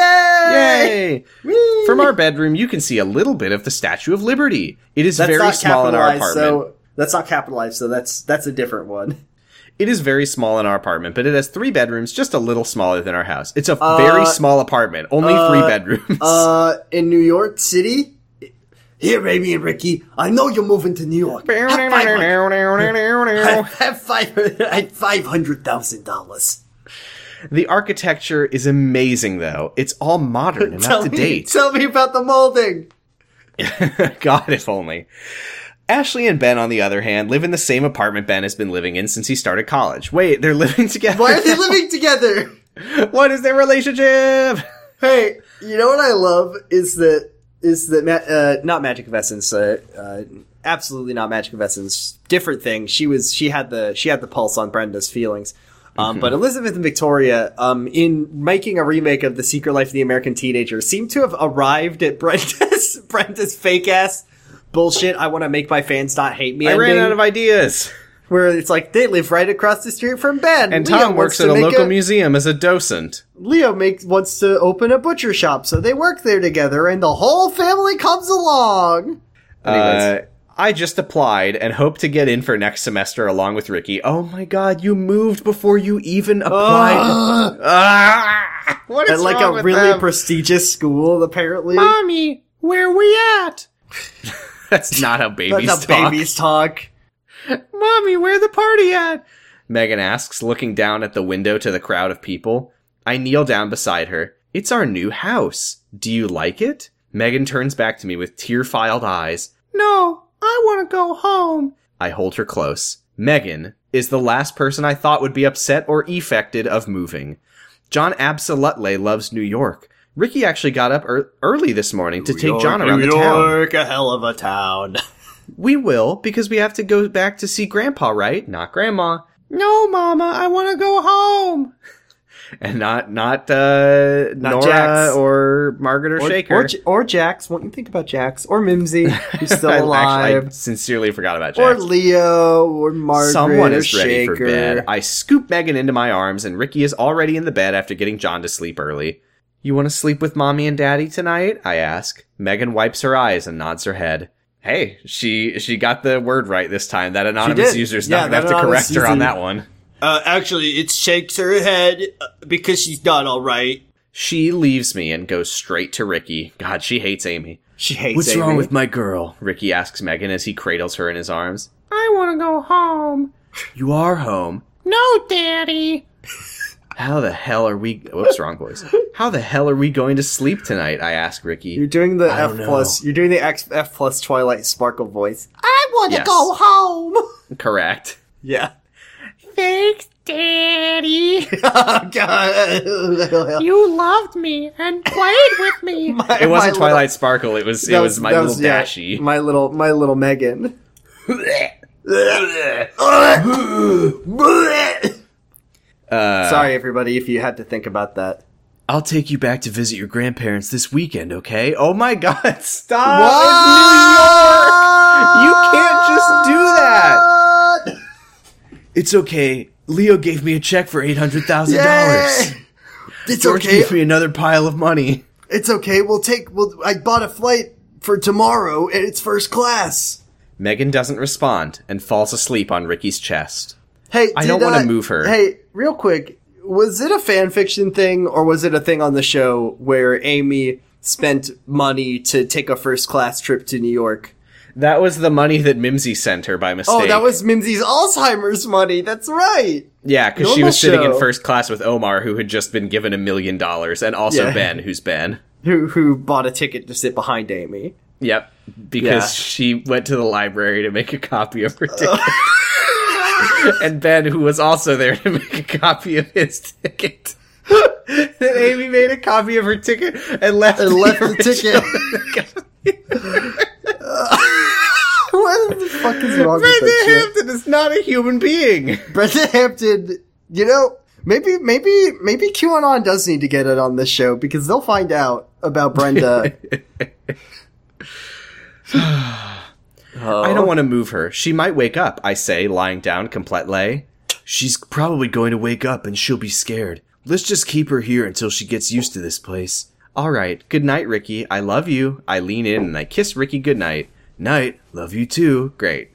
A: Yay!
B: Whee!
A: From our bedroom, you can see a little bit of the Statue of Liberty. It is
B: That's
A: very
B: not
A: small in our
B: capitalized,
A: apartment.
B: So that's not capitalized. So that's that's a different one.
A: It is very small in our apartment, but it has three bedrooms, just a little smaller than our house. It's a very small apartment, only three bedrooms.
B: Uh, in New York City. Here, Amy and Ricky. I know you're moving to New York. Have five hundred. Have five. Have five hundred thousand dollars.
A: the architecture is amazing, though. It's all modern and up to date.
B: Tell me about the molding.
A: God, if only. Ashley and Ben, on the other hand, live in the same apartment Ben has been living in since he started college. Wait, they're living together.
B: Why are they living together?
A: what is their relationship?
B: Hey, you know what I love is that is that ma- uh, not Magic of Essence, uh, uh, absolutely not Magic of Essence. Different thing. She was she had the she had the pulse on Brenda's feelings.
A: Mm-hmm.
B: Um, But Elizabeth and Victoria, um, in making a remake of The Secret Life of the American Teenager, seem to have arrived at Brenda's Brenda's fake ass bullshit. I want to make my fans not hate me.
A: I ran
B: ending,
A: out of ideas.
B: where it's like they live right across the street from Ben.
A: And
B: Leo
A: Tom
B: wants
A: works
B: to
A: at a
B: make
A: local museum as a docent.
B: Leo makes wants to open a butcher shop, so they work there together, and the whole family comes along.
A: Uh, I just applied and hope to get in for next semester along with Ricky. Oh my god, you moved before you even applied.
B: Ugh.
A: Ah, what is
B: at like
A: wrong
B: a
A: with
B: really
A: them?
B: prestigious school, apparently.
A: mommy? Where we at? That's not how babies
B: That's how
A: talk.
B: babies talk.
A: Mommy, where the party at? Megan asks, looking down at the window to the crowd of people. I kneel down beside her. It's our new house. Do you like it? Megan turns back to me with tear filed eyes. No, I want to go home. I hold her close. Megan is the last person I thought would be upset or effected of moving. John absolutely loves New York. Ricky actually got up ear early this morning to take John around the town.
B: a hell of a town.
A: We will, because we have to go back to see Grandpa, right? Not Grandma. No, Mama, I want to go home. And not not uh, Nora
B: Jax.
A: or Margaret or,
B: Or,
A: Shaker.
B: or, J- or Jax. What you think about Jax? Or Mimsy, who's
A: I-
B: still
A: Actually, I
B: alive.
A: sincerely forgot about
B: or
A: Jax.
B: Leo, or Margaret,
A: Someone
B: or
A: is ready
B: Shaker.
A: for bed. I scoop Megan into my arms, and Ricky is already in the bed after getting John to sleep early. You want to sleep with mommy and daddy tonight? I ask. Megan wipes her eyes and nods her head. Hey, she she got the word right this time. That anonymous
B: did.
A: user's
B: Yeah,
A: not gonna have
B: that
A: to
B: anonymous
A: correct her on
B: user-
A: that one.
D: Uh, actually, it shakes her head uh, because she's not all right.
A: She leaves me and goes straight to Ricky. God, she hates Amy.
B: She hates
C: What's
B: Amy.
C: wrong with my girl?
A: Ricky asks Megan as he cradles her in his arms. I want to go home. You are home. No, Daddy. How the hell are we? Whoops, wrong voice. How the hell are we going to sleep tonight? I ask Ricky.
B: You're doing the
C: I
B: F
C: don't
B: plus. You're doing the X, F plus Twilight Sparkle voice. I
E: want to
A: Yes.
E: go home.
A: Correct.
B: Yeah.
E: Thanks, Daddy.
B: God.
E: You loved me and played with me.
A: It wasn't Twilight Sparkle. It was it was, my
B: that
A: little
B: yeah,
A: dashy.
B: my little my little Megan.
A: Uh,
B: Sorry everybody if you had to think about that.
C: I'll take you back to visit your grandparents this weekend, okay? Oh my
A: God, stop! It's New York. You can't just do that.
C: It's okay. Leo gave me a check for eight hundred thousand dollars.
D: It's
C: George
D: okay.
C: gave me another pile of money.
D: It's okay. We'll take. We'll, I bought a flight for tomorrow, and it's first class.
A: Megan doesn't respond and falls asleep on Ricky's chest.
B: Hey,
A: I
B: did,
A: don't wanna
B: uh,
A: move her.
B: Hey, real quick, was it a fan fiction thing or was it a thing on the show where Amy spent money to take a first class trip to New York?
A: That was the money that Mimsy sent her by mistake.
B: Oh, that was Mimsy's Alzheimer's money. That's right.
A: yeah, because she
B: normal
A: was sitting in
B: show.
A: first class with Omar, who had just been given a million dollars, and also
B: Yeah.
A: Ben, who's Ben.
B: Who who bought a ticket to sit behind Amy?
A: Yep, because she went to the library to make a copy of her ticket. and Ben, who was also there to make a copy of his ticket. and Amy made a copy of her ticket and left,
D: And left the
A: original-
B: What the fuck is wrong with
A: Brenda
B: that shit?
A: Hampton is not a human being.
B: Brenda Hampton, you know, maybe, maybe, maybe QAnon does need to get it on this show because they'll find out about Brenda.
A: I don't want to move her. She might wake up, I say, lying down completely.
C: She's probably going to wake up and she'll be scared. Let's just keep her here until she gets used to this place.
A: All right, good night, Ricky. I love you. I lean in and I kiss Ricky goodnight.
C: Night, love you too.
A: Great.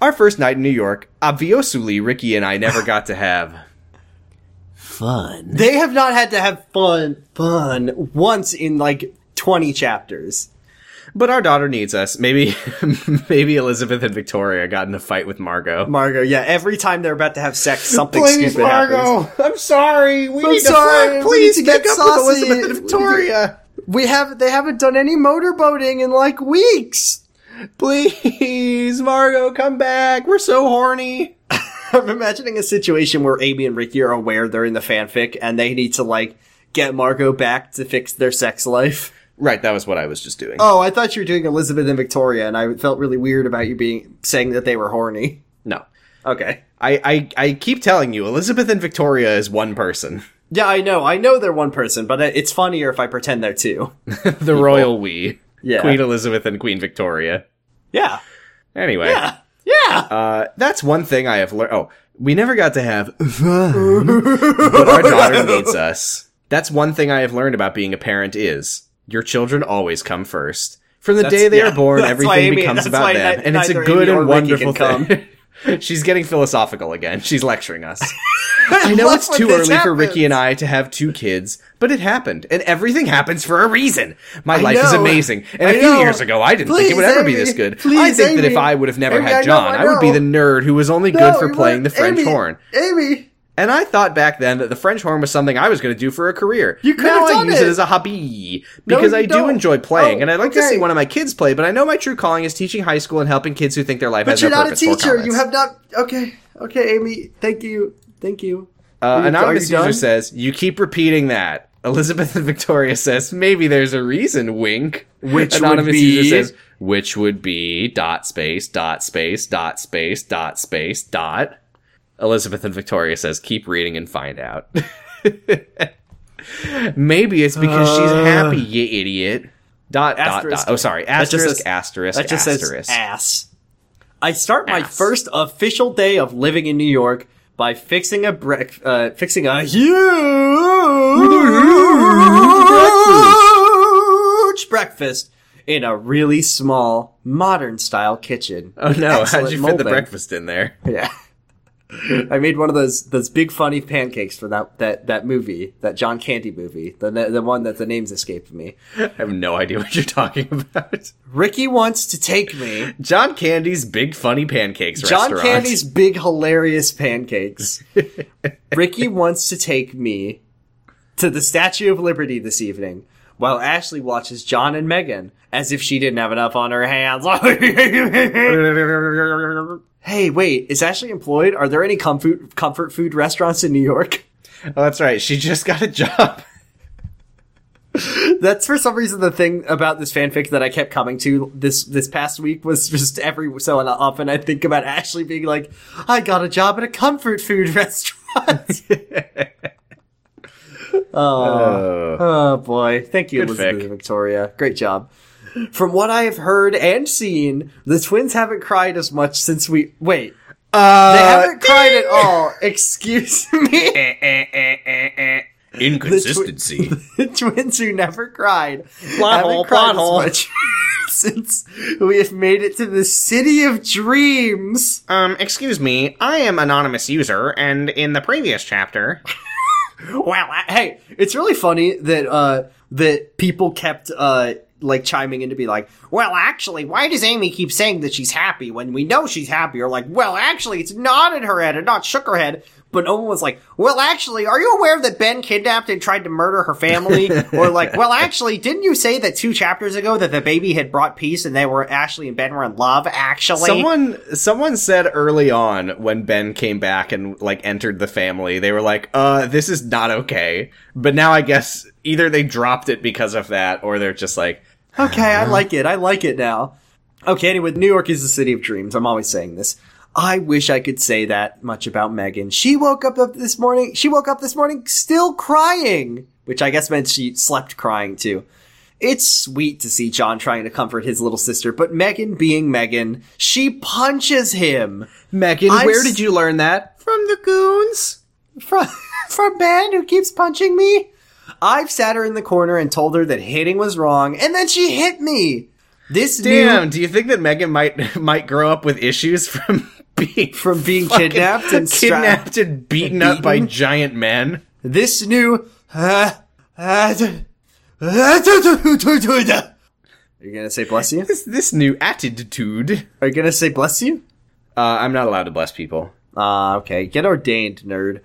A: Our first night in New York, obviously, Ricky and I never got to have.
C: Fun.
B: they have not had to have fun, fun once in like 20 chapters.
A: But our daughter needs us. Maybe, maybe Elizabeth and Victoria got in a fight with Margot.
B: Margot, yeah, every time they're about to have sex, something stupid happens.
A: I'm sorry. We
B: I'm
A: need
B: sorry,
A: to
B: we
A: flirt. Please
B: need to get
A: make up with
B: saucy.
A: Elizabeth and Victoria.
B: We have, they haven't done any motorboating in like weeks.
A: Please, Margot, come back. We're so horny.
B: I'm imagining a situation where Amy and Ricky are aware they're in the fanfic and they need to like get Margot back to fix their sex life.
A: Right, that was what I was just doing.
B: Oh, I thought you were doing Elizabeth and Victoria, and I felt really weird about you being saying that they were horny.
A: No.
B: Okay.
A: I, I, I keep telling you, Elizabeth and Victoria is one person.
B: Yeah, I know. I know they're one person, but it's funnier if I pretend they're two.
A: The royal we.
B: Yeah.
A: Queen Elizabeth and Queen Victoria.
B: Yeah.
A: Anyway.
B: Yeah.
A: Uh, that's one thing I have learned. Oh, we never got to have fun, but our daughter needs us. That's one thing I have learned about being a parent is your children always come first. From the day they
B: yeah,
A: are born,
B: that's why
A: everything
B: Amy-
A: becomes
B: that's
A: about
B: why
A: them,
B: ni-
A: and it's a
B: neither
A: good and
B: Amy or Ricky
A: wonderful
B: can
A: thing. She's getting philosophical again. She's lecturing us. I know
B: love
A: it's
B: when
A: too
B: this
A: early for Ricky
B: happens.
A: and I to have two kids, but it happened, and everything happens for a reason. My life is
B: know.
A: amazing, and a
B: I
A: few
B: know.
A: years ago, I didn't think it
B: Please,
A: would ever be
B: Amy.
A: this good. I
B: Please,
A: think that if
B: Amy.
A: I would have never
B: Amy, I
A: had
B: know,
A: John,
B: I
A: I would be
B: know.
A: the nerd who was only good for playing the French
B: Amy,
A: horn.
B: Amy.
A: And I thought back then that the French horn was something I was going to do for a career.
B: You could've
A: now I
B: done
A: use it.
B: it.
A: as a hobby because
B: you
A: I do
B: don't.
A: enjoy playing,
B: Oh,
A: and I'd like to
B: okay.
A: see one of my kids play. But I know my true calling is teaching high school and helping kids who think their life
B: But
A: has
B: you're
A: no
B: not a
A: purpose. Full
B: teacher. You
A: comments.
B: have not. Okay. Okay, Amy. Thank you. Thank you.
A: Uh,
B: Are you-
A: anonymous
B: are you
A: user
B: done?
A: says you keep repeating that. Elizabeth and Victoria says maybe there's a reason. Wink. Which
C: would
A: anonymous
C: be-
A: user says which would be dot space dot space dot space dot space dot. Elizabeth and Victoria says keep reading and find out. maybe it's because she's happy, you idiot. Dot dot
B: Uh. Asterisk.
A: dot. Oh, sorry.
B: just
A: Asterisk
B: says-
A: asterisk
B: That just
A: asterisk.
B: says ass. I start my
A: Ass.
B: first official day of living in New York by fixing a brec uh, fixing a huge breakfast in a really small modern style kitchen.
A: oh no! How'd
B: Excellent
A: you fit
B: molding.
A: the breakfast in there?
B: Yeah. I made one of those those big funny pancakes for that that that movie, that John Candy movie, the the one that the names escaped me.
A: I have no idea what you're talking about.
B: Ricky wants to take me
A: John Candy's Big Funny Pancakes
B: John
A: restaurant.
B: Candy's big hilarious pancakes. Ricky wants to take me to the Statue of Liberty this evening, while Ashley watches John and Megan as if she didn't have enough on her hands. hey, wait, is Ashley employed? Are there any comfort comfort food restaurants in New York?
A: Oh, that's right. She just got a job.
B: That's for some reason the thing about this fanfic that I kept coming to this this past week was just every so and often I think about Ashley being like, I got a job at a comfort food restaurant.
A: Uh,
B: Oh boy. Thank you,
A: Good
B: Elizabeth
A: fic.
B: and Victoria. Great job. From what I have heard and seen, the twins haven't cried as much since we wait. They
A: Uh,
B: haven't cried at all. Excuse
A: Eh,
B: me.
C: Inconsistency.
B: the twins who never cried
A: Plot
B: haven't
A: hole,
B: cried
A: plot hole.
B: as much since we have made it to the city of dreams.
A: um, excuse me. I am anonymous user, and in the previous chapter,
B: Wow. I- hey, it's really funny that uh that people kept uh like chiming in to be like, well, actually, why does Amy keep saying that she's happy when we know she's happy? Or like, well, actually, it's not in her head and not shook her head. But no one was like, well, actually, are you aware that Ben kidnapped and tried to murder her family? or like, well, actually, didn't you say that two chapters ago that the baby had brought peace and they were Ashley and Ben were in love? Actually,
A: someone someone said early on when Ben came back and like entered the family, they were like, "Uh, this is not okay." But now I guess either they dropped it because of that, or they're just like,
B: Okay, I like it. I like it now. Okay, anyway, New York is the city of dreams. I'm always saying this. I wish I could say that much about Megan. She woke up up this morning. She woke up this morning still crying, which I guess meant she slept crying too. It's sweet to see John trying to comfort his little sister, but Megan being Megan, she punches him
A: "Megan,
B: I'm s-
A: you learn that from the goons?"
B: from from Ben who keeps punching me. I've sat her in the corner and told her that hitting was wrong, and then she hit me. This new
A: Damn, do you think that Megan might might grow up with issues from being
B: from being
A: fucking
B: kidnapped and strapped.
A: kidnapped and beaten, up by giant men?
B: This new. Uh, uh, Are you gonna say bless you?
A: This this new attitude.
B: Are you gonna say bless you?
A: Uh, I'm not allowed to bless people.
B: Ah, okay. Get ordained, nerd.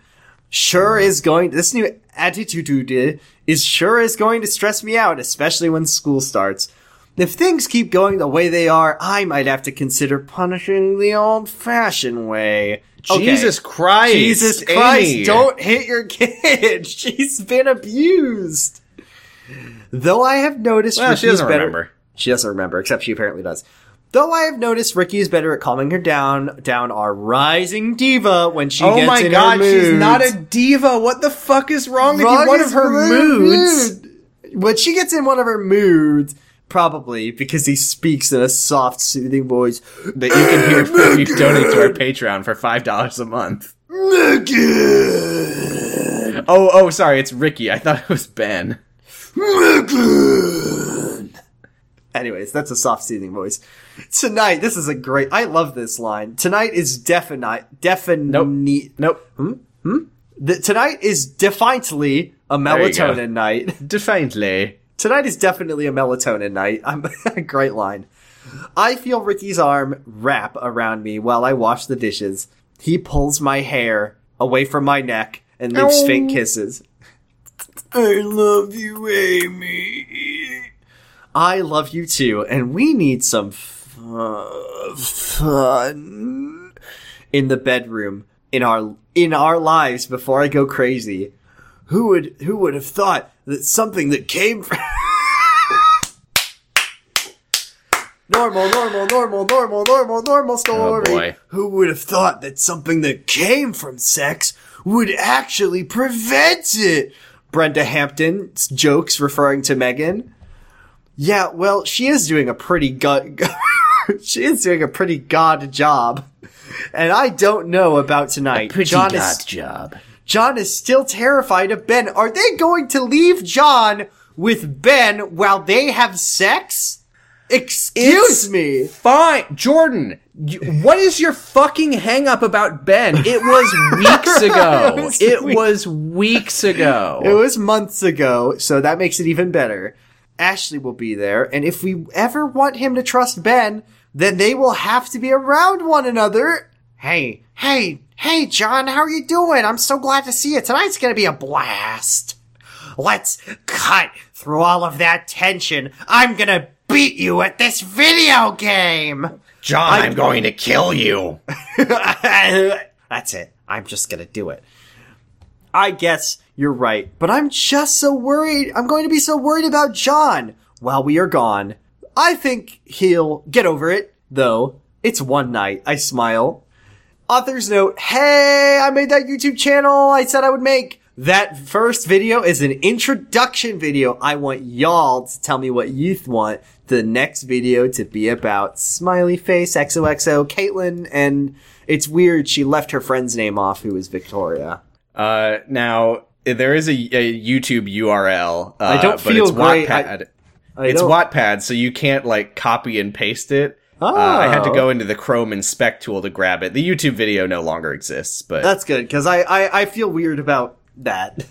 B: Sure is going. This new attitude is sure is going to stress me out, especially when school starts. If things keep going the way they are, I might have to consider punishing the old-fashioned way. Okay.
A: Jesus Christ!
B: Jesus
A: Amy.
B: Christ, don't hit your kid. She's been abused. Though I have noticed
A: Well, she
B: Ricky's
A: doesn't
B: better-
A: remember.
B: She doesn't remember, except she apparently does. Though I have noticed Ricky is better at calming her down, down our rising diva when she
A: Oh
B: gets
A: my
B: in
A: god,
B: her
A: she's
B: mood.
A: not a diva. What the fuck is wrong, with
B: Wrong
A: you? One
B: is
A: of her
B: one
A: moods.
B: mood. When she gets in one of her moods, probably because he speaks in a soft, soothing voice.
A: That you can hear if you donate to our Patreon for five dollars a month.
D: Megan!
A: Oh, oh, sorry, it's Ricky. I thought it was Ben.
D: Megan!
B: Anyways, that's a soft soothing voice. Tonight, this is a great. I love this line. Tonight is definite, definite.
A: Nope,
B: The, tonight is definitely
A: you go.
B: a melatonin night.
A: definitely.
B: Tonight is definitely a melatonin night. I'm great line. I feel Ricky's arm wrap around me while I wash the dishes. He pulls my hair away from my neck and leaves faint kisses.
D: I love you, Amy.
B: I love you too, and we need some f- uh, fun in the bedroom in our in our lives before I go crazy. Who would who would have thought that something that came from normal, normal, normal, normal, normal, normal story.
A: Oh, boy.
B: Who would have thought that something that came from sex would actually prevent it? Brenda Hampton's jokes referring to Megan. Yeah, well, she is doing a pretty god. she is doing a pretty god job, and I don't know about tonight. John is
A: job.
B: John is still terrified of Ben. Are they going to leave John with Ben while they have sex? Excuse
A: It's-
B: me.
A: Fine, Jordan. You, what is your fucking hang up about Ben? It was weeks ago.
B: It was
A: it
B: weeks-
A: was weeks ago.
B: It was months ago, so that makes it even better. Ashley will be there, and if we ever want him to trust Ben, then they will have to be around one another. Hey, hey, hey, John, how are you doing? I'm so glad to see you. Tonight's gonna be a blast. Let's cut through all of that tension. I'm gonna beat you at this video game.
A: John, I'm going to kill you.
B: That's it. I'm just gonna do it. I guess you're right, but I'm just so worried. I'm going to be so worried about John while we are gone. I think he'll get over it, though. It's one night. I smile. Author's note, hey, I made that YouTube channel I said I would make. That first video is an introduction video. I want y'all to tell me what you th- want the next video to be about. Smiley face, XOXO, Caitlyn, and it's weird she left her friend's name off who was Victoria.
A: Uh, now there is a, a YouTube URL. Uh,
B: I don't
A: but
B: feel
A: it's
B: great. I-
A: Wattpad.
B: I
A: it's
B: don't-
A: Wattpad, so you can't like copy and paste it. Uh, I had to
B: Oh.
A: go into the Chrome inspect tool to grab it. The YouTube video no longer exists, but
B: That's good because I, I I feel weird about that.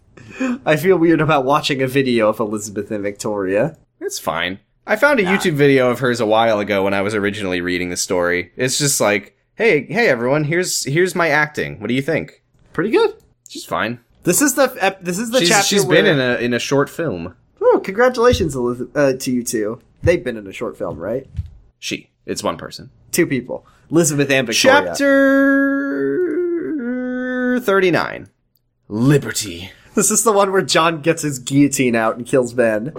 B: I feel weird about watching a video of Elizabeth and Victoria.
A: it's fine. I found a YouTube video of hers a while ago when I was originally reading the story. It's just like, hey, hey everyone, here's here's my acting. What do you think?
B: Pretty good.
A: She's fine.
B: This is the ep- this is the
A: She's,
B: chapter.
A: she's
B: where-
A: been in a in a short film.
B: Oh, congratulations Eliz- uh, to you two. They've been in a short film, right?
A: She. It's one person.
B: Two people, Elizabeth and Victoria.
A: Chapter thirty nine. Liberty.
B: This is the one where John gets his guillotine out and kills Ben.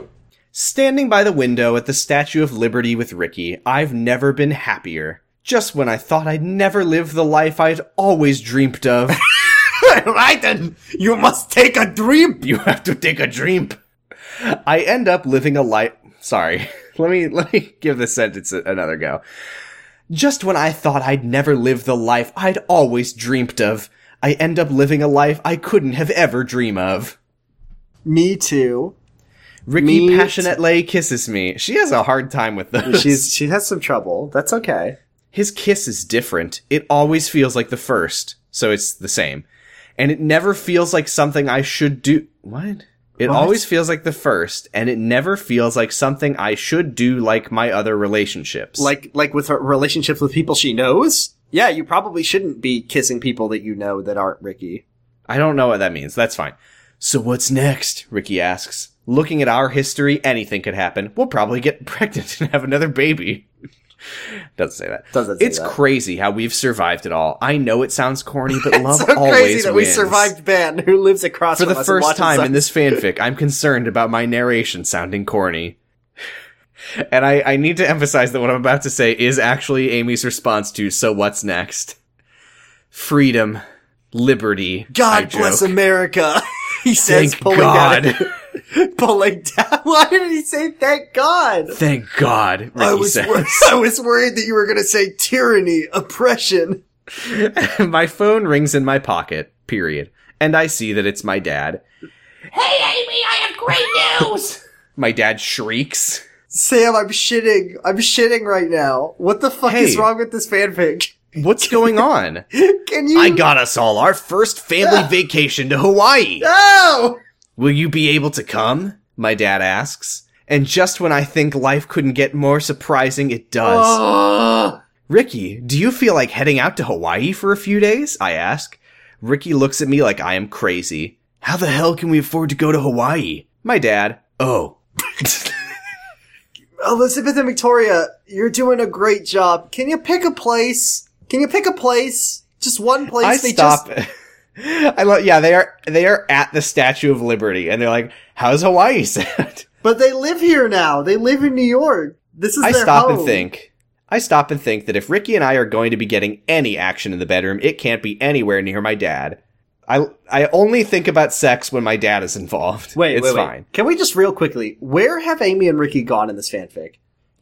A: Standing by the window at the Statue of Liberty with Ricky, I've never been happier. Just when I thought I'd never live the life I'd always dreamt of,
B: right then, you must take a dream.
A: you have to take a dream. I end up living a life. Sorry, let me let me give this sentence a- another go. Just when I thought I'd never live the life I'd always dreamt of, I end up living a life I couldn't have ever dream of.
B: Me too.
A: Ricky
B: Me
A: passionately kisses me. She has a hard time with those.
B: She's she has some trouble. That's okay.
A: His kiss is different. It always feels like the first, so it's the same. And it never feels like something I should do. What? It always feels like the first, and it never feels like something I should do like my other relationships.
B: like like with her relationships with people she knows. Yeah, you probably shouldn't be kissing people that you know that aren't Ricky.
A: I don't know what that means. That's fine. So what's next? Ricky asks. Looking at our history, anything could happen. We'll probably get pregnant and have another baby. Doesn't say that.
B: Doesn't say
A: it's
B: that.
A: crazy how we've survived it all. I know it sounds corny, but love
B: so
A: always
B: crazy that we
A: wins.
B: survived Ben, who lives across
A: For
B: from
A: the
B: us
A: first
B: and
A: time in
B: this.
A: this fanfic, I'm concerned about my narration sounding corny. And I, I need to emphasize that what I'm about to say is actually Amy's response to So What's Next? Freedom. Liberty. I
D: God
A: joke.
D: bless America.
B: He says,
A: Thank
B: pulling
A: God.
B: down, pulling down. Why did he say thank God?
A: Thank God. Ricky
D: I was,
A: says.
D: wor- I was worried that you were going to say tyranny, oppression.
A: my phone rings in my pocket, period. And I see that it's my dad.
E: Hey, Amy, I have great news!
A: My dad shrieks.
D: Sam, I'm shitting. I'm shitting right now. What the fuck
A: Hey.
D: is wrong with this fanfic?
A: What's going on?
D: Can you?
A: I got us all our first family vacation to Hawaii.
D: No!
A: Will you be able to come? My dad asks. And just when I think life couldn't get more surprising, it does. Uh. Ricky, do you feel like heading out to Hawaii for a few days? I ask. Ricky looks at me like I am crazy. How the hell can we afford to go to Hawaii? My dad. Oh.
D: Elizabeth and Victoria, you're doing a great job. Can you pick a place? Can you pick a place? Just one place.
A: I
D: they
A: stop.
D: Just,
A: I love. Yeah, they are. They are at the Statue of Liberty, and they're like, "How's Hawaii?" Sound?
D: but they live here now. They live in New York. This is
A: I
D: their
A: stop and
D: home.
A: think. I stop and think that if Ricky and I are going to be getting any action in the bedroom, it can't be anywhere near my dad. I I only think about sex when my dad is involved.
B: Wait,
A: it's
B: wait, wait.
A: fine.
B: Can we just real quickly? Where have Amy and Ricky gone in this fanfic?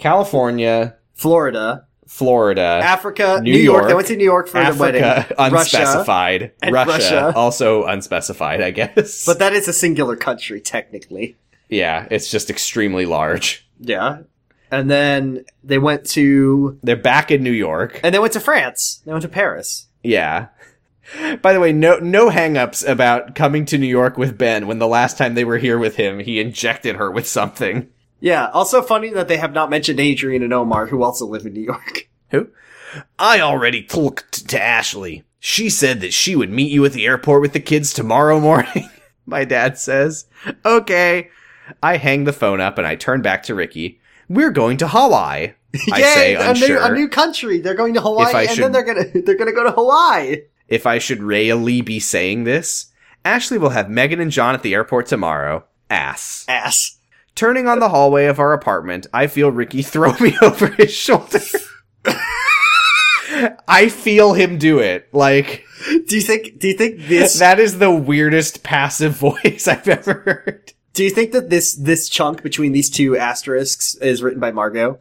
A: California,
B: Florida,
A: Florida,
B: Africa,
A: New
B: New, York.
A: York,
B: They went to New York for the wedding.
A: Africa,
B: Russia,
A: unspecified.
B: and
A: Russia,
B: Russia.
A: also unspecified, I guess.
B: but that is a singular country technically.
A: yeah, it's just extremely large.
B: Yeah, and then they went to
A: They're back in New York.
B: and they went to France. They went to Paris.
A: Yeah. By the way, no no hangups about coming to New York with Ben when the last time they were here with him, he injected her with something.
B: Yeah. Also funny that they have not mentioned Adrian and Omar, who also live in New York.
A: Who? I already talked to Ashley. She said that she would meet you at the airport with the kids tomorrow morning. my dad says. Okay. I hang the phone up and I turn back to Ricky. We're going to Hawaii. I say
B: a
A: unsure
B: new a new country. They're going to Hawaii,
A: I
B: and
A: should-
B: then they're gonna they're gonna go to Hawaii.
A: if I should really be saying this. Ashley will have Megan and John at the airport tomorrow. Ass.
B: Ass.
A: Turning on the hallway of our apartment, I feel Ricky throw me over his shoulder. I feel him do it. Like
B: Do you think? Do you think this?
A: that is the weirdest passive voice I've ever heard.
B: do you think that this this chunk between these two asterisks is written by Margot?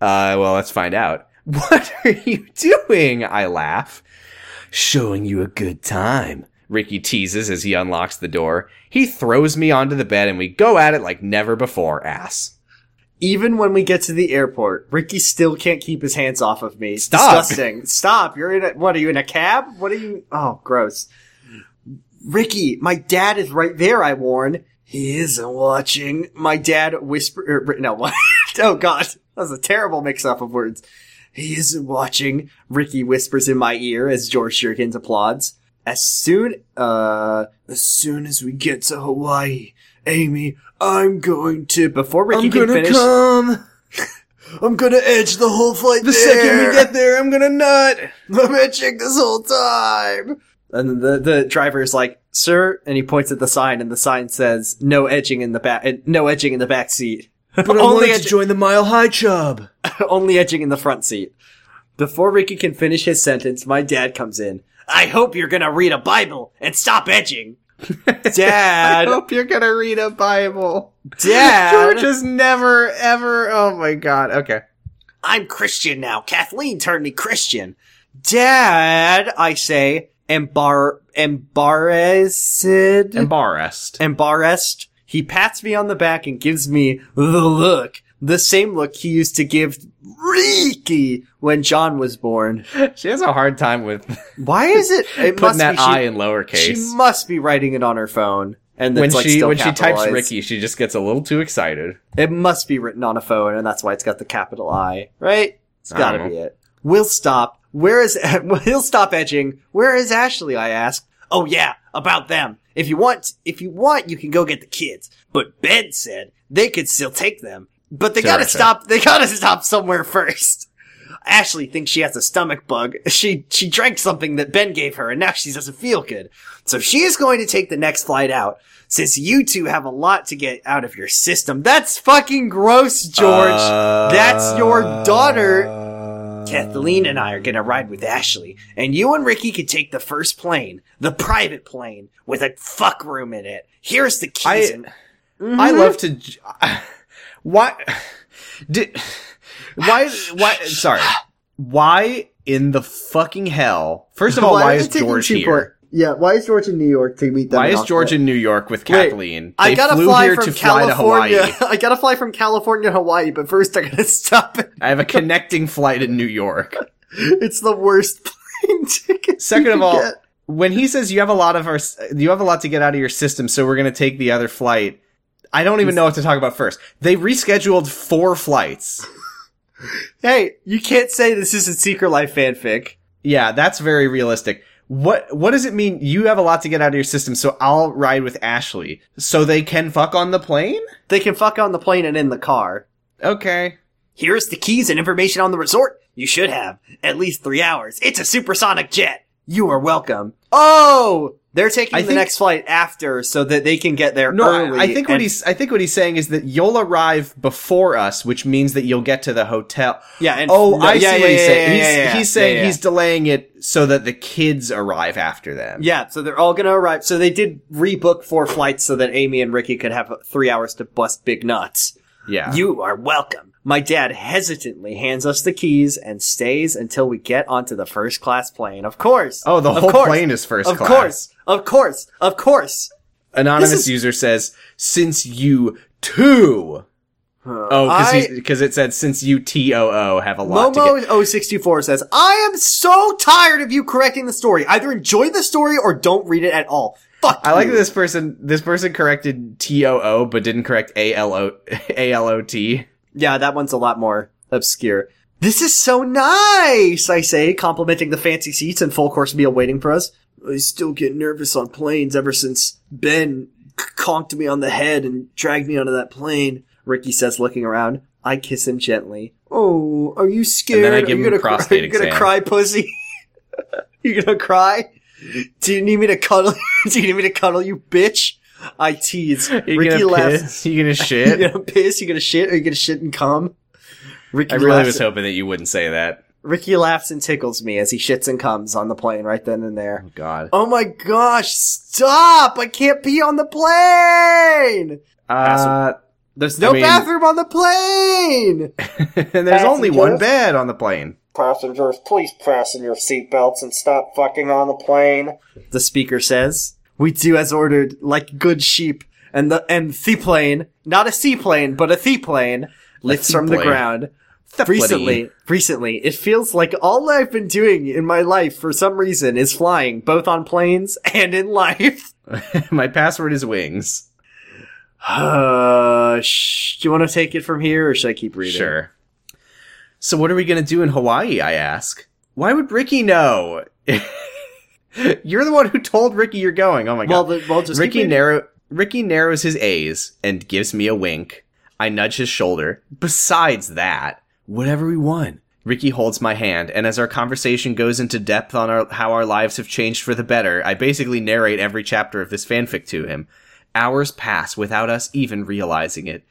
A: Uh, well, let's find out. What are you doing? I laugh. Showing you a good time. Ricky teases as he unlocks the door. He throws me onto the bed and we go at it like never before, ass.
B: Even when we get to the airport, Ricky still can't keep his hands off of me. It's
A: Stop.
B: disgusting. Stop. You're in a, what are you in a cab? What are you? Oh, gross. Ricky, my dad is right there. I warn. He isn't watching. My dad whisper. Er, no, what? oh God, that was a terrible mix-up of words. He isn't watching. Ricky whispers in my ear as George Jerkins applauds. As soon, uh, as soon as we get to Hawaii, Amy, I'm going to. Before Ricky can finish,
A: come.
B: I'm gonna edge the whole flight.
A: The second we get there, I'm gonna nut.
B: I'm edging this whole time. And then the the driver is like, "Sir," and he points at the sign, and the sign says, "No edging in the back. No edging in the back seat.
C: But I
B: Only
C: wanted
B: a-
C: to join the Mile High Chub.
B: Only edging in the front seat." Before Ricky can finish his sentence, my dad comes in. I hope you're gonna read a Bible and stop edging, Dad.
A: hope you're gonna read a Bible.
B: Dad.
A: George has never, ever. Oh my god. Okay.
B: I'm Christian now. Kathleen turned me Christian. Dad, I say, embar embarrassed
A: Embarrassed.
B: embarrassed. He pats me on the back and gives me the look. The same look he used to give Ricky when John was born.
A: She has a hard time with
B: Why is it? It
A: putting
B: must
A: that
B: be
A: I
B: she,
A: in lowercase.
B: she must be writing it on her phone. And
A: when
B: it's, like,
A: she
B: still
A: when she types
B: capitalized.
A: Ricky, she just gets a little too excited.
B: It must be written on a phone, and that's why it's got the capital I, right? It's
A: I
B: gotta
A: don't
B: be it. We'll stop. Where is, he'll stop edging. Where is Ashley? I asked. Oh yeah, about them. If you want, if you want, you can go get the kids. But Ben said they could still take them. But they gotta
A: Terrific.
B: stop, they gotta stop somewhere first. Ashley thinks she has a stomach bug. She, she drank something that Ben gave her and now she doesn't feel good. So she is going to take the next flight out since you two have a lot to get out of your system. That's fucking gross, George.
A: Uh,
B: That's your daughter. Kathleen and I are going to ride with Ashley, and you and Ricky can take the first plane, the private plane, with a fuck room in it. Here's the keys.
A: I-
B: and-
A: I love to. j- Why? Did why? Why? Sorry. Why in the fucking hell? First of all, why, is George here?
B: Yeah, why is George in New York to meet them?
A: Why is George in New York with
B: Wait,
A: Kathleen?
B: I
A: They
B: gotta
A: flew
B: fly
A: here
B: from
A: to fly to
B: California.
A: Hawaii.
B: I gotta fly from California to Hawaii, but first I gotta stop. It.
A: I have a connecting flight in New York.
B: It's the worst plane ticket. you
A: Second of
B: can
A: all,
B: get.
A: when he says you have a lot of our, you have a lot to get out of your system, so we're going to take the other flight. I don't even know what to talk about first. They rescheduled four flights.
B: hey, you can't say this isn't Secret Life fanfic.
A: Yeah, that's very realistic. What what does it mean? You have a lot to get out of your system, so I'll ride with Ashley, so they can fuck on the plane.
B: They can fuck on the plane and in the car.
A: Okay.
B: Here's the keys and information on the resort. You should have at least three hours. It's a supersonic jet. You are welcome. Oh, they're taking
A: I
B: the
A: think-
B: next flight after so that they can get there
A: No, I-
B: early.
A: I think what
B: and-
A: he's I think what he's saying is that you'll arrive before us, which means that you'll get to the hotel.
B: yeah. And,
A: Oh,
B: no,
A: I see
B: yeah,
A: what
B: yeah,
A: he's
B: yeah,
A: saying.
B: yeah,
A: he's,
B: yeah, yeah.
A: he's saying
B: Yeah, yeah.
A: he's delaying it so that the kids arrive after them.
B: Yeah, so they're all gonna arrive. So they did rebook four flights so that Amy and Ricky could have three hours to bust big nuts.
A: Yeah.
B: You are welcome. My dad hesitantly hands us the keys and stays until we get onto the first class plane. Of course.
A: oh, the
B: Of
A: whole
B: course.
A: plane is first
B: Of
A: class.
B: course. Of course. Of course.
A: Anonymous
B: This is-
A: user says, since you too. Oh,
B: I-
A: because it said since you T O O have a lot to get.
B: Momo064 says, I am so tired of you correcting the story. Either enjoy the story or don't read it at all. Fuck
A: I like
B: you.
A: that this person. This person corrected T O O, but didn't correct A L O A L O T.
B: Yeah, that one's a lot more obscure. This is so nice, I say, complimenting the fancy seats and full course meal waiting for us. I still get nervous on planes ever since Ben c- conked me on the head and dragged me onto that plane. Ricky says, looking around. I kiss him gently. Oh, are you scared?
A: I
B: Are
A: give
B: you
A: him a
B: gonna
A: prostate
B: cry? Are you gonna
A: exam.
B: cry, pussy? you gonna cry? Do you need me to cuddle? Do you need me to cuddle you, bitch? I tease.
A: You
B: Ricky
A: gonna
B: laughs.
A: piss? You gonna
B: You
A: shit?
B: gonna piss? You gonna shit? Are you gonna shit and cum? Ricky
A: I really
B: laughs.
A: was hoping that you wouldn't say that.
B: Ricky laughs and tickles me as he shits and comes on the plane right then and there.
A: God.
B: Oh my gosh! Stop! I can't pee on the plane.
A: Uh,
F: There's
B: No
A: I mean-
B: bathroom on the plane.
A: and there's only
G: Passengers?
A: one bed on the plane.
G: Passengers, please fasten your seatbelts and stop fucking on the plane.
B: The speaker says, "We do as ordered, like good sheep." And the and the plane, not a seaplane, but a the plane, lifts from the
A: seaplane.
B: ground. recently recently it feels like all i've been doing in my life for some reason is flying both on planes and in life
A: My password is wings.
B: uh sh- do you want to take it from here or should i keep reading
A: Sure. So what are we gonna do in Hawaii? I ask. Why would Ricky know? you're the one who told Ricky you're going. Oh my
B: well,
A: god.
B: the, well just
A: Ricky
B: keep reading.
A: narrow Ricky narrows his A's and gives me a wink. I nudge his shoulder. Besides that, whatever we want. Ricky holds my hand, and as our conversation goes into depth on our, how our lives have changed for the better, I basically narrate every chapter of this fanfic to him. Hours pass without us even realizing it.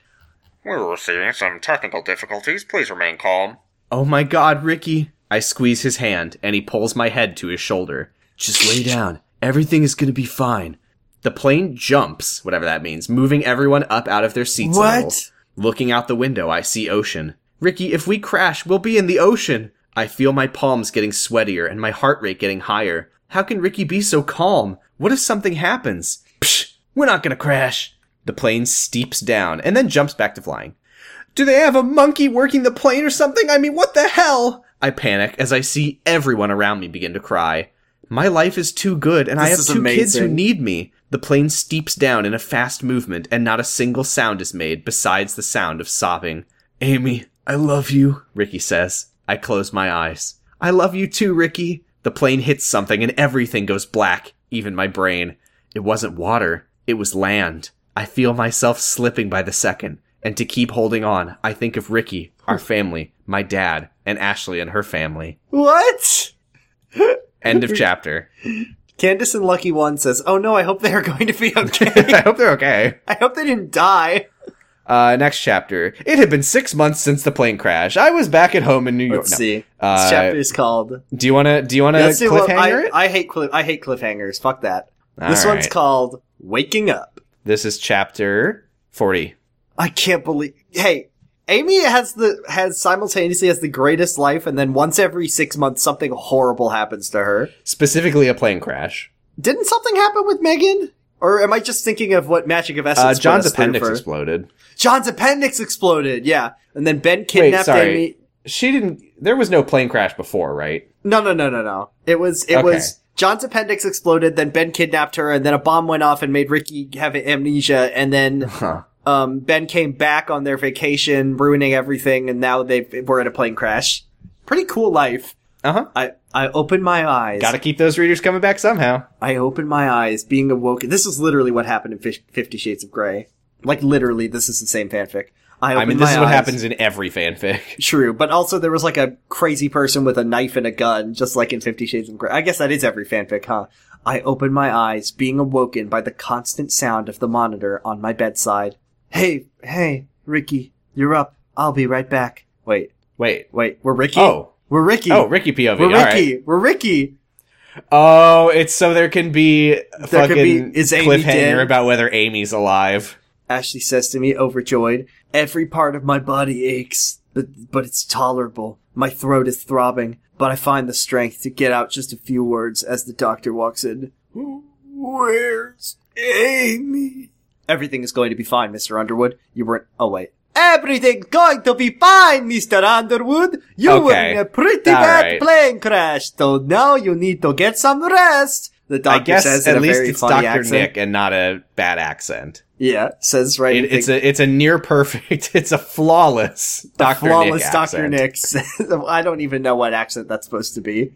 H: We're receiving some technical difficulties. Please remain calm.
A: Oh my god, Ricky! I squeeze his hand, and he pulls my head to his shoulder. Just lay down. Everything is gonna be fine. The plane jumps, whatever that means, moving everyone up out of their seats. a
B: What?
A: little. Looking out the window, I see ocean. Ricky, if we crash, we'll be in the ocean! I feel my palms getting sweatier and my heart rate getting higher. How can Ricky be so calm? What if something happens? Psh, we're not gonna crash! The plane steeps down and then jumps back to flying. Do they have a monkey working the plane or something? I mean, what the hell? I panic as I see everyone around me begin to cry. My life is too good, and I
B: This
A: have
B: is
A: two kids who
B: amazing.
A: need me. The plane steeps down in a fast movement, and not a single sound is made besides the sound of sobbing. Amy, I love you, Ricky says. I close my eyes. I love you too, Ricky. The plane hits something, and everything goes black, even my brain. It wasn't water, it was land. I feel myself slipping by the second, and to keep holding on, I think of Ricky, our family, my dad, and Ashley and her family.
B: what
A: End of chapter.
B: candace and lucky one says oh no i hope they are going to be okay
A: I hope they're okay.
B: i hope they didn't die
A: Uh, next chapter. It had been six months since the plane crash. I was back at home in New York.
B: let's
A: No.
B: see this
A: Uh,
B: chapter is called
A: Do you wanna? Do you wanna
B: let's see what
A: cliffhanger
B: I,
A: it?
B: I hate cliff i hate cliffhangers fuck that this
A: All
B: one's
A: right.
B: called waking up
A: This is chapter forty.
B: I can't believe. Hey, Amy has the has simultaneously has the greatest life, and then once every six months, something horrible happens to her.
A: Specifically, a plane crash.
B: Didn't something happen with Megan? Or am I just thinking of what Magic of Essence?
A: Uh,
B: put
A: John's
B: us through
A: appendix
B: for-
A: exploded.
B: John's appendix exploded. Yeah, and then Ben kidnapped
A: sorry.
B: Amy.
A: She didn't. There was no plane crash before, right?
B: No, no, no, no, no. It was it
A: Okay.
B: was John's appendix exploded. Then Ben kidnapped her, and then a bomb went off and made Ricky have amnesia, and then
A: Huh.
B: um, Ben came back on their vacation, ruining everything, and now they were in a plane crash. Pretty cool life.
A: Uh huh.
B: I I opened my eyes.
A: Got to keep those readers coming back somehow.
B: I opened my eyes, being awoken. This is literally what happened in Fish- Fifty Shades of Grey. Like literally, this is the same fanfic. I,
A: I
B: opened
A: mean, this
B: my
A: is what
B: eyes.
A: happens in every fanfic.
B: True, but also there was like a crazy person with a knife and a gun, just like in Fifty Shades of Grey. I guess that is every fanfic, huh? I opened my eyes, being awoken by the constant sound of the monitor on my bedside. Hey, hey, Ricky, you're up. I'll be right back. Wait,
A: Wait.
B: wait, we're Ricky.
A: Oh.
B: we're Ricky.
A: Oh, Ricky POV.
B: we're
A: all right.
B: Ricky. We're Ricky.
A: Oh, it's so there can be a
B: There
A: fucking
B: could be- is Amy
A: cliffhanger
B: dead?
A: about whether Amy's alive.
B: Ashley says to me, overjoyed. Every part of my body aches, but, but it's tolerable. My throat is throbbing, but I find the strength to get out just a few words as the doctor walks in. Where's Amy? Everything is going to be fine, Mr. Underwood. You weren't. Oh, wait. Everything's going to be fine, Mr. Underwood. You were
A: Okay.
B: in a pretty
A: All
B: bad
A: right.
B: plane crash, so now you need to get some rest. The
A: I
B: doctor
A: guess
B: says in
A: at
B: a
A: least
B: very
A: it's
B: funny
A: Doctor
B: accent.
A: Nick and not a bad accent.
B: Yeah, says right.
A: It,
B: in the-
A: it's a it's a near perfect. It's a flawless Doctor
B: flawless
A: Nick
B: Doctor
A: accent.
B: Nick. says- I don't even know what accent that's supposed to be.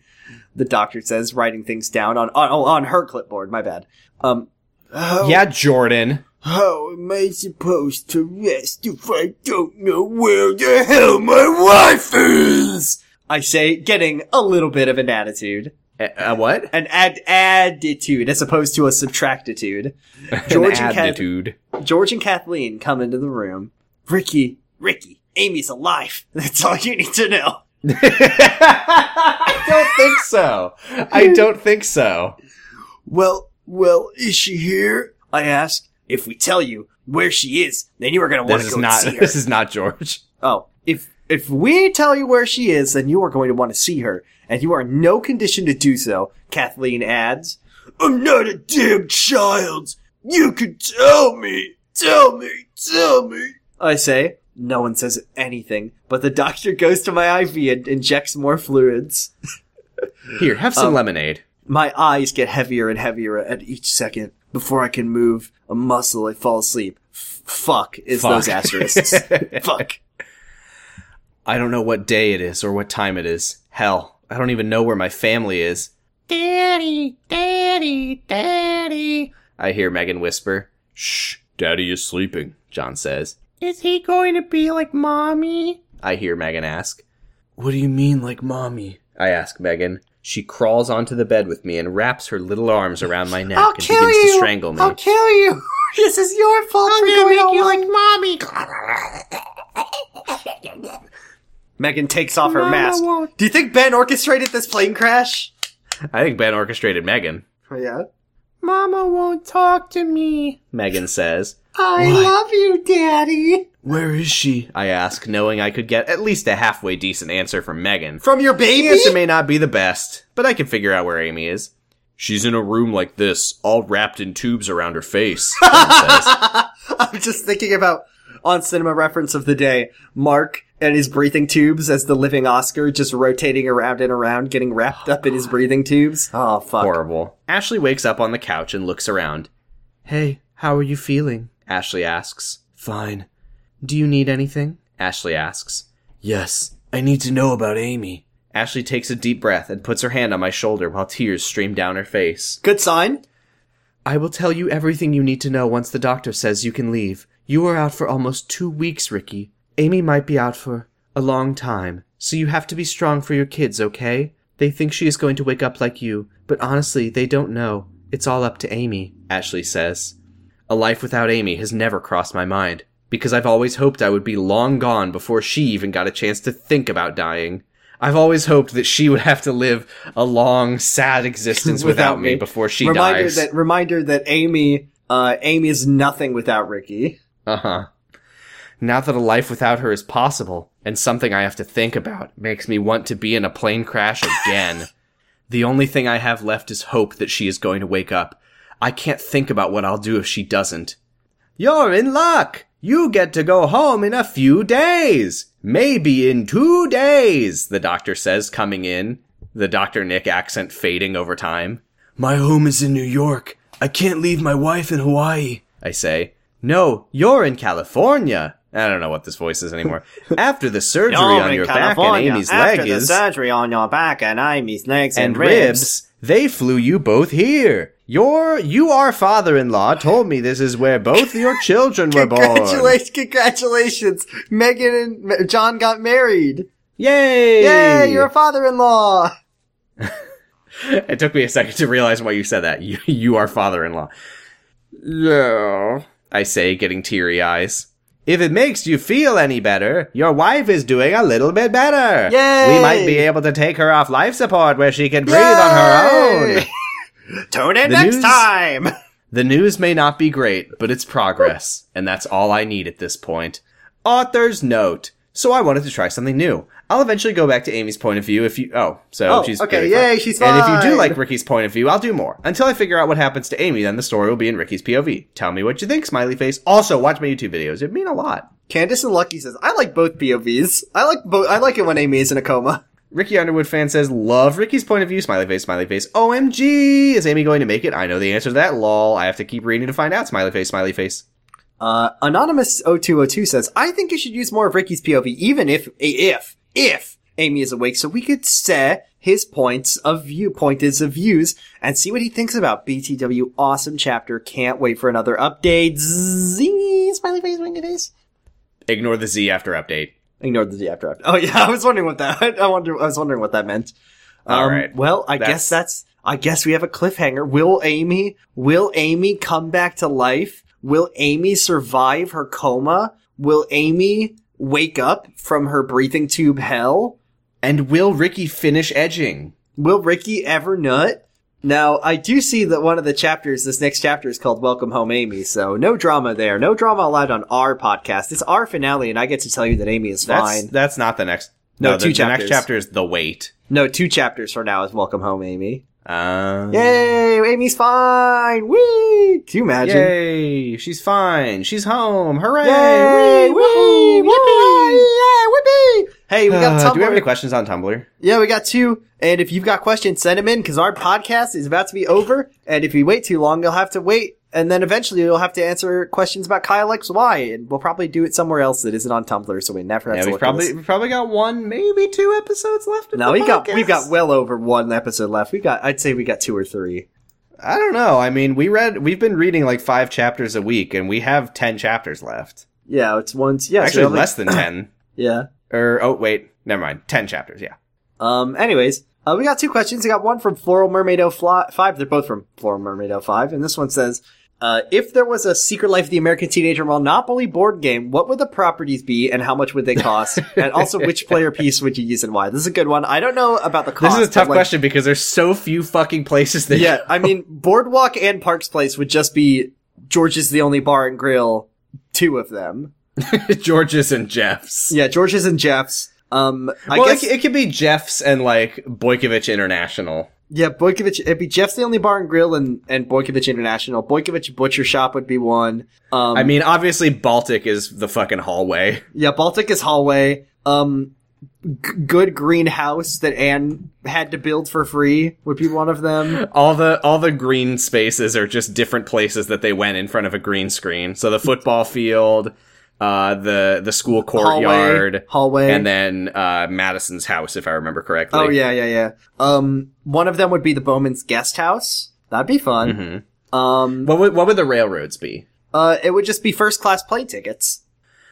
B: The doctor says, writing things down on on, on her clipboard. My bad. Um,
A: Yeah, Jordan.
B: how am I supposed to rest if I don't know where the hell my wife is? I say, getting a little bit of an attitude,
A: Uh, uh, what?
B: an ad- attitude, as opposed to a subtractitude. George
A: An
B: and Kat-
A: attitude.
B: George and Kathleen come into the room. Ricky, Ricky, Amy's alive. That's all you need to know.
A: I don't think so. I don't think so.
B: Well, well, is she here? I ask. If we tell you where she is, then you are going to want
A: This is
B: to go
A: not.
B: and see her.
A: This is not George.
B: Oh, if if we tell you where she is, then you are going to want to see her, and you are in no condition to do so. Kathleen adds, "I'm not a damn child. You can tell me, tell me, tell me." I say. No one says anything, but the doctor goes to my IV and injects more fluids.
A: Here, have some lemonade.
B: My eyes get heavier and heavier at each second. Before I can move a muscle, I fall asleep. F- fuck is
A: Fuck.
B: those asterisks. fuck.
A: I don't know what day it is or what time it is. Hell, I don't even know where my family is. Daddy, daddy, daddy. I hear Megan whisper. Shh, daddy is sleeping, John says. Is he going to be like mommy? I hear Megan ask. What do you mean, like mommy? I ask Megan. She crawls onto the bed with me and wraps her little arms around my neck and begins to strangle me.
B: kill you. this is your fault for going all like
E: Mommy.
B: Megan takes off her mask. Do you think Ben orchestrated this plane crash?
A: I think Ben orchestrated Megan.
B: Oh, yeah.
E: Mama won't talk to me.
A: Megan says.
B: I love you, Daddy.
A: Where is she? I ask, knowing I could get at least a halfway decent answer from Megan.
B: From your baby?
A: The answer may not be the best, but I can figure out where Amy is. She's in a room like this, all wrapped in tubes around her face. Megan says.
B: I'm just thinking about on cinema reference of the day, Mark and his breathing tubes as the living Oscar just rotating around and around, getting wrapped up in his breathing tubes. Oh fuck.
A: Horrible. Ashley wakes up on the couch and looks around. Hey, how are you feeling? Ashley asks.
C: Fine.
A: Do you need anything? Ashley asks.
C: Yes, I need to know about Amy.
A: Ashley takes a deep breath and puts her hand on my shoulder while tears stream down her face.
B: Good sign.
A: I will tell you everything you need to know once the doctor says you can leave. You are out for almost two weeks, Ricky. Amy might be out for a long time, so you have to be strong for your kids, okay? They think she is going to wake up like you, but honestly, they don't know. It's all up to Amy, Ashley says. A life without Amy has never crossed my mind, because I've always hoped I would be long gone before she even got a chance to think about dying. I've always hoped that she would have to live a long, sad existence without,
B: Without
A: me.
B: me.
A: before she
B: reminder
A: dies.
B: that reminder that Amy uh Amy is nothing without Ricky.
A: Uh huh. Now that a life without her is possible, and something I have to think about, makes me want to be in a plane crash again. the only thing I have left is hope that she is going to wake up. I can't think about what I'll do if she doesn't. You're in luck! You get to go home in a few days! Maybe in two days, the doctor says, coming in, the Dr. Nick accent fading over time.
C: My home is in New York. I can't leave my wife in Hawaii.
A: I say. No, you're in California. I don't know what this voice is anymore. After the surgery on your back and Amy's leg is
B: surgery on your back and Amy's legs
A: and ribs, they flew you both here. Your you our father-in-law told me this is where both your children were born.
B: Congratulations! Congratulations! Megan and Ma- John got married.
A: Yay!
B: Yay! You're a father-in-law.
A: it took me a second to realize why you said that. You, you are father-in-law. Yeah, I say, getting teary eyes. If it makes you feel any better, your wife is doing a little bit better.
B: Yay!
A: We might be able to take her off life support where she can breathe on her own.
B: Tune in
A: The
B: next
A: news-
B: time.
A: The news may not be great, but it's progress, and that's all I need at this point. Author's note. So I wanted to try something new. I'll eventually go back to Amy's point of view if you. Oh, so
B: Oh,
A: she's
B: okay,
A: very fine.
B: yay, she's
A: And if you do
B: fine.
A: like Ricky's point of view, I'll do more until I figure out what happens to Amy. Then the story will be in Ricky's POV. Tell me what you think, smiley face. Also, watch my YouTube videos; it mean a lot.
B: Candace and Lucky says, "I like both POVs. I like both. I like it when Amy is in a coma."
A: Ricky Underwood fan says, love Ricky's point of view, smiley face, smiley face. OMG! Is Amy going to make it? I know the answer to that, lol. I have to keep reading to find out, smiley face, smiley face.
B: Uh, anonymous 0202 says, "I think you should use more of Ricky's POV, even if if if Amy is awake, so we could say his points of view, pointers of views, and see what he thinks about BTW. Awesome chapter. Can't wait for another update. Zing! Smiley face, winky face.
A: Ignore the Z after update.
B: Ignored the D after after. Oh yeah, I was wondering what that. I wonder. I was wondering what that meant. Um,
A: All right.
B: Well, I guess that's. I guess we have a cliffhanger. Will Amy? Will Amy come back to life? Will Amy survive her coma? Will Amy wake up from her breathing tube hell?
A: And will Ricky finish edging?
B: Will Ricky ever nut? Now, I do see that one of the chapters, this next chapter is called Welcome Home Amy, so no drama there. No drama allowed on our podcast. It's our finale, and I get to tell you that Amy is
A: That's,
B: fine.
A: that's not the next.
B: No,
A: the,
B: two
A: the next
B: chapters.
A: chapter is the wait.
B: No, two chapters for now is Welcome Home Amy.
A: Um,
B: Yay, Amy's fine! Whee! Can you imagine?
A: Yay! She's fine. She's home. Hooray!
B: Yay!
A: Whee!
B: Whee! Yippee! Yeah, whippee! Hey, we got
A: Uh, do we have any
B: Tumblr.
A: questions on Tumblr?
B: yeah, we got two. And if you've got questions, send them in because our podcast is about to be over. And if you wait too long, you'll have to wait. And then eventually you'll have to answer questions about Kyle XY. And we'll probably do it somewhere else that isn't on Tumblr, so we never have
A: Yeah,
B: to
A: we've
B: look at
A: probably
B: this.
A: we've probably got one, maybe two episodes left. Of
B: No,
A: the
B: we got
A: podcast.
B: we've got well over one episode left. We got I'd say we got two or three.
A: I don't know. I mean, we read we've been reading like five chapters a week, and we have ten chapters left.
B: Yeah, it's once yeah, so
A: Actually,
B: we only-
A: less than ten.
B: yeah.
A: Or oh wait, never mind. Ten chapters. Yeah.
B: Um, anyways, uh, we got two questions. We got one from Floral Mermaid 05. They're both from Floral Mermaid 05. And this one says, uh, if there was a Secret Life of the American Teenager Monopoly board game, what would the properties be and how much would they cost? and also, which player piece would you use and why? This is a good one. I don't know about the cost.
A: This is a
B: but,
A: tough
B: like-
A: question because there's so few fucking places that
B: Yeah, I mean, Boardwalk and Parks Place would just be George's the only bar and grill, two of them.
A: George's and Jeff's.
B: Yeah, George's and Jeff's. Um, I
A: well,
B: guess,
A: it, it could be Jeff's and like Boykovich International.
B: Yeah, Boykovich. It'd be Jeff's the only bar and grill, and and Boykovich International. Boykovich Butcher Shop would be one. Um,
A: I mean, obviously Baltic is the fucking hallway.
B: yeah, Baltic is hallway. Um, g- good greenhouse that Anne had to build for free would be one of them.
A: All the all the green spaces are just different places that they went in front of a green screen. So the football field, uh, the the school courtyard,
B: hallway, hallway.
A: and then uh, Madison's house, if I remember correctly.
B: oh yeah, yeah, yeah. Um, one of them would be the Bowman's guest house. That'd be fun.
A: Mhm.
B: Um,
A: What would what would the railroads be?
B: uh, it would just be first class plane tickets.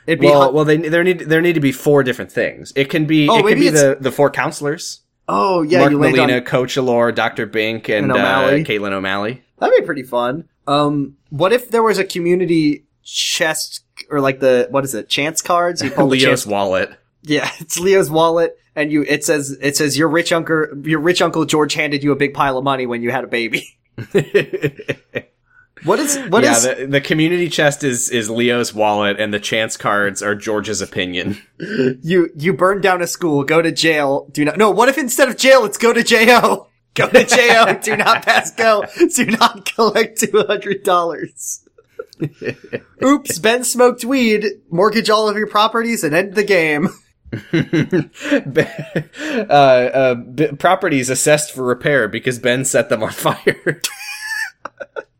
B: It'd be
A: Well,
B: hun-
A: well, they there need there need to be four different things. It can be
B: Oh,
A: it can
B: maybe
A: be
B: it's-
A: the the four counselors.
B: oh yeah,
A: Mark
B: you land on
A: Molina, Coach Allure, Doctor Bink, and,
B: And
A: uh,
B: O'Malley.
A: Caitlin O'Malley.
B: That'd be pretty fun. Um, what if there was a community chest or like the what is it? Chance cards? You pull the
A: Leo's
B: chance-
A: wallet.
B: yeah, it's Leo's wallet, and you it says it says your rich uncle your rich uncle George handed you a big pile of money when you had a baby. What is what
A: yeah,
B: is
A: the, the community chest is is Leo's wallet, and the chance cards are George's opinion.
B: you you burn down a school, go to jail, do not no. What if instead of jail, it's go to jo, go to jo, do not pass go, do not collect two hundred dollars. Oops, Ben smoked weed, mortgage all of your properties, and end the game.
A: uh, uh, b- properties assessed for repair because Ben set them on fire.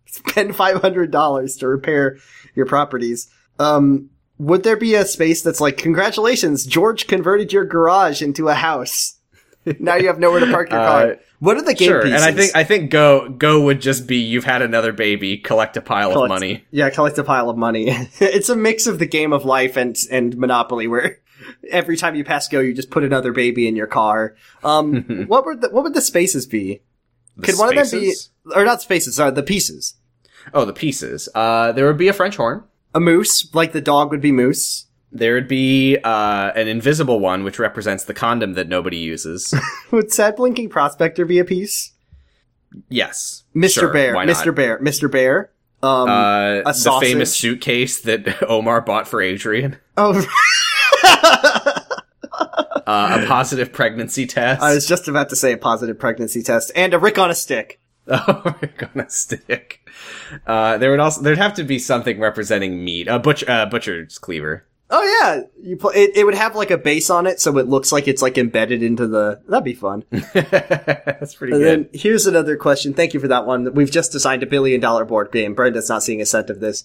B: Spend five hundred dollars to repair your properties. Um, would there be a space that's like, congratulations, George converted your garage into a house. now you have nowhere to park your car.
A: Uh,
B: what are the game
A: sure,
B: pieces?
A: and I think I think go go would just be you've had another baby, collect a pile of
B: collect-
A: money.
B: Yeah, collect a pile of money. it's a mix of the game of life and and Monopoly, where every time you pass go, you just put another baby in your car. Um, what would the, what would the spaces be?
A: The
B: Could one of them be
A: spaces?
B: or not spaces? Sorry, the pieces.
A: Oh, the pieces. Uh, there would be a French horn.
B: A moose, like the dog would be moose.
A: There would be uh, an invisible one, which represents the condom that nobody uses.
B: Would sad blinking prospector be a piece?
A: yes,
B: Mr.
A: Sure,
B: Bear,
A: why not?
B: Mr. Bear, Mr. Bear. Um,
A: Uh, the
B: sausage.
A: famous suitcase that Omar bought for Adrian.
B: oh,
A: Uh, a positive pregnancy test.
B: I was just about to say a positive pregnancy test and a Rick on a stick.
A: oh, we're gonna stick. Uh, there would also there'd have to be something representing meat. A butcher, uh, butcher's cleaver.
B: Oh yeah, you play. It, it would have like a base on it, so it looks like it's like embedded into the. That'd be fun.
A: That's pretty
B: And
A: good.
B: then here's another question. Thank you for that one. We've just designed a billion dollar board game. Brenda's not seeing a cent of this.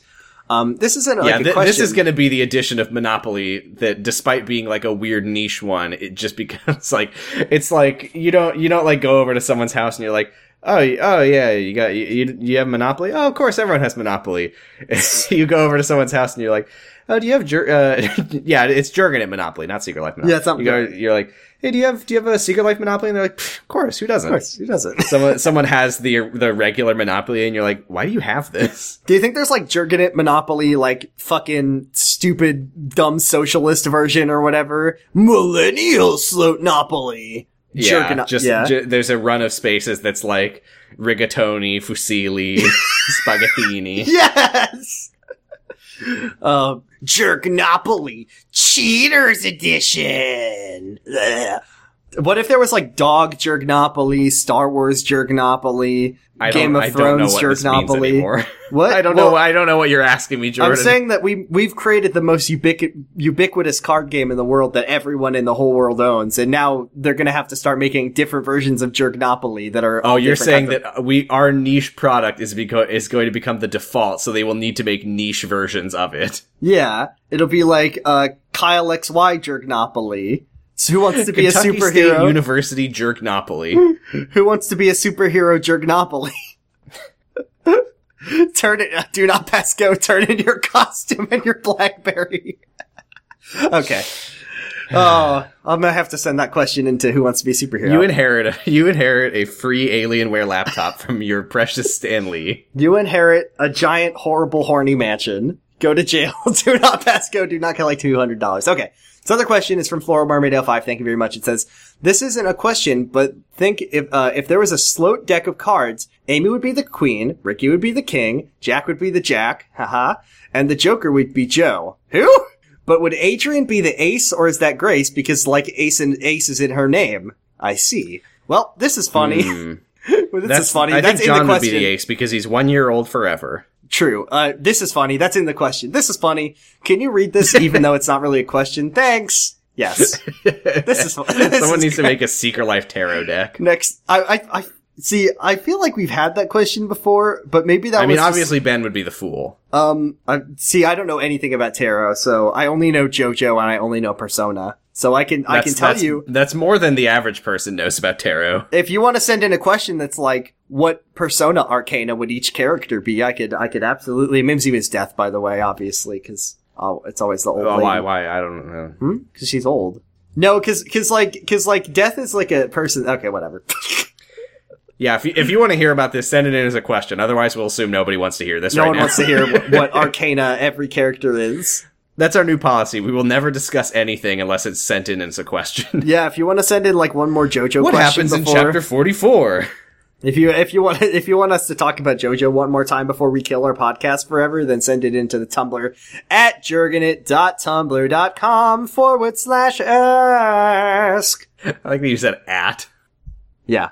B: Um, this isn't like
A: yeah,
B: a
A: thi-
B: question.
A: this is going to be the edition of Monopoly that, despite being like a weird niche one, it just becomes like it's like you don't you don't like go over to someone's house and you're like, oh y- oh yeah, you got you you, you have Monopoly. Oh, of course, everyone has Monopoly. you go over to someone's house and you're like, oh, do you have Jer- uh, yeah, it's Jurgen at Monopoly, not Secret Life Monopoly.
B: Yeah, it's not
A: you go, you're like, hey, do you have do you have a Secret Life Monopoly? And they're like, "Pfft, of course, who doesn't?
B: Of course, who doesn't?
A: Someone someone has the the regular Monopoly, and you're like, why do you have this?
B: Do you think there's like Jurgenit Monopoly, like fucking stupid dumb socialist version or whatever? Millennial Slotonopoly.
A: Yeah,
B: Jerking up-
A: just
B: yeah.
A: ju- there's a run of spaces that's like rigatoni, fusilli, spaghettini.
B: Yes. um, Jerknopoly Cheaters Edition. Blech. What if there was like Dog Jerknopoly, Star Wars Jerknopoly,
A: I don't,
B: Game of
A: I don't know
B: Thrones
A: what this means
B: Jerknopoly?
A: anymore.
B: What?
A: I don't
B: Well,
A: know. I don't know what you're asking me, Jordan.
B: I'm saying that we we've created the most ubiqui- ubiquitous card game in the world that everyone in the whole world owns, and now they're gonna have to start making different versions of Jerknopoly that are.
A: oh, you're saying that we our niche product is beco- is going to become the default, so they will need to make niche versions of it.
B: Yeah, ittle be like uh, Kyle XY Jerknopoly. So who wants to be
A: Kentucky
B: a superhero?
A: State University Jerknopoly.
B: who wants to be a superhero Jerknopoly? turn it. uh, Do not pass go. Turn in your costume and your BlackBerry. okay. Oh, I'm gonna have to send that question into Who Wants to Be a Superhero.
A: You inherit a, you inherit a free Alienware laptop from your precious Stanley.
B: You inherit a giant, horrible, horny mansion. Go to jail. do not pass go. Do not collect two hundred dollars. Okay. This other question is from Floral Mermaid L five. Thank you very much. It says this isn't a question, but think if uh, if there was a sloat deck of cards, Amy would be the queen, Ricky would be the king, Jack would be the Jack, haha, and the Joker would be Joe. Who? But would Adrian be the ace, or is that Grace? Because like ace and ace is in her name. I see. Well, this is funny. this is funny.
A: Hmm. I
B: That's
A: think John
B: in the
A: would
B: question.
A: be the ace because he's one year old forever.
B: True. Uh, this is funny. That's in the question. This is funny. Can you read this even though it's not really a question? Thanks. Yes. This is fu- this
A: Someone
B: is
A: needs to
B: great.
A: make a Secret Life tarot deck.
B: Next. I, I, I, see, I feel like we've had that question before, but maybe that
A: I
B: was.
A: mean,
B: just-
A: obviously Ben would be the fool.
B: um, I, see, I don't know anything about tarot, so I only know JoJo and I only know Persona. So I can, I
A: That's-
B: can tell
A: that's-
B: you.
A: that's more than the average person knows about tarot.
B: If you want to send in a question that's like, what persona arcana would each character be? I could, I could absolutely. Mimsy was death, by the way, obviously, because oh, it's always the old.
A: Oh,
B: lady.
A: why? Why? I don't know.
B: Because Hmm? she's old. No, because because like because like death is like a person. Okay, whatever.
A: Yeah, if you, if you want to hear about this, send it in as a question. Otherwise, we'll assume nobody wants to hear this.
B: No
A: right
B: one
A: now.
B: wants to hear what, what arcana every character is.
A: That's our new policy. We will never discuss anything unless it's sent in as a question.
B: Yeah, if you want to send in like one more JoJo
A: what
B: question
A: happens
B: before,
A: in chapter forty four?
B: if you if you want if you want us to talk about JoJo one more time before we kill our podcast forever, then send it into the Tumblr at jurgenit.tumblr.com forward slash ask.
A: I like that you said at.
B: Yeah.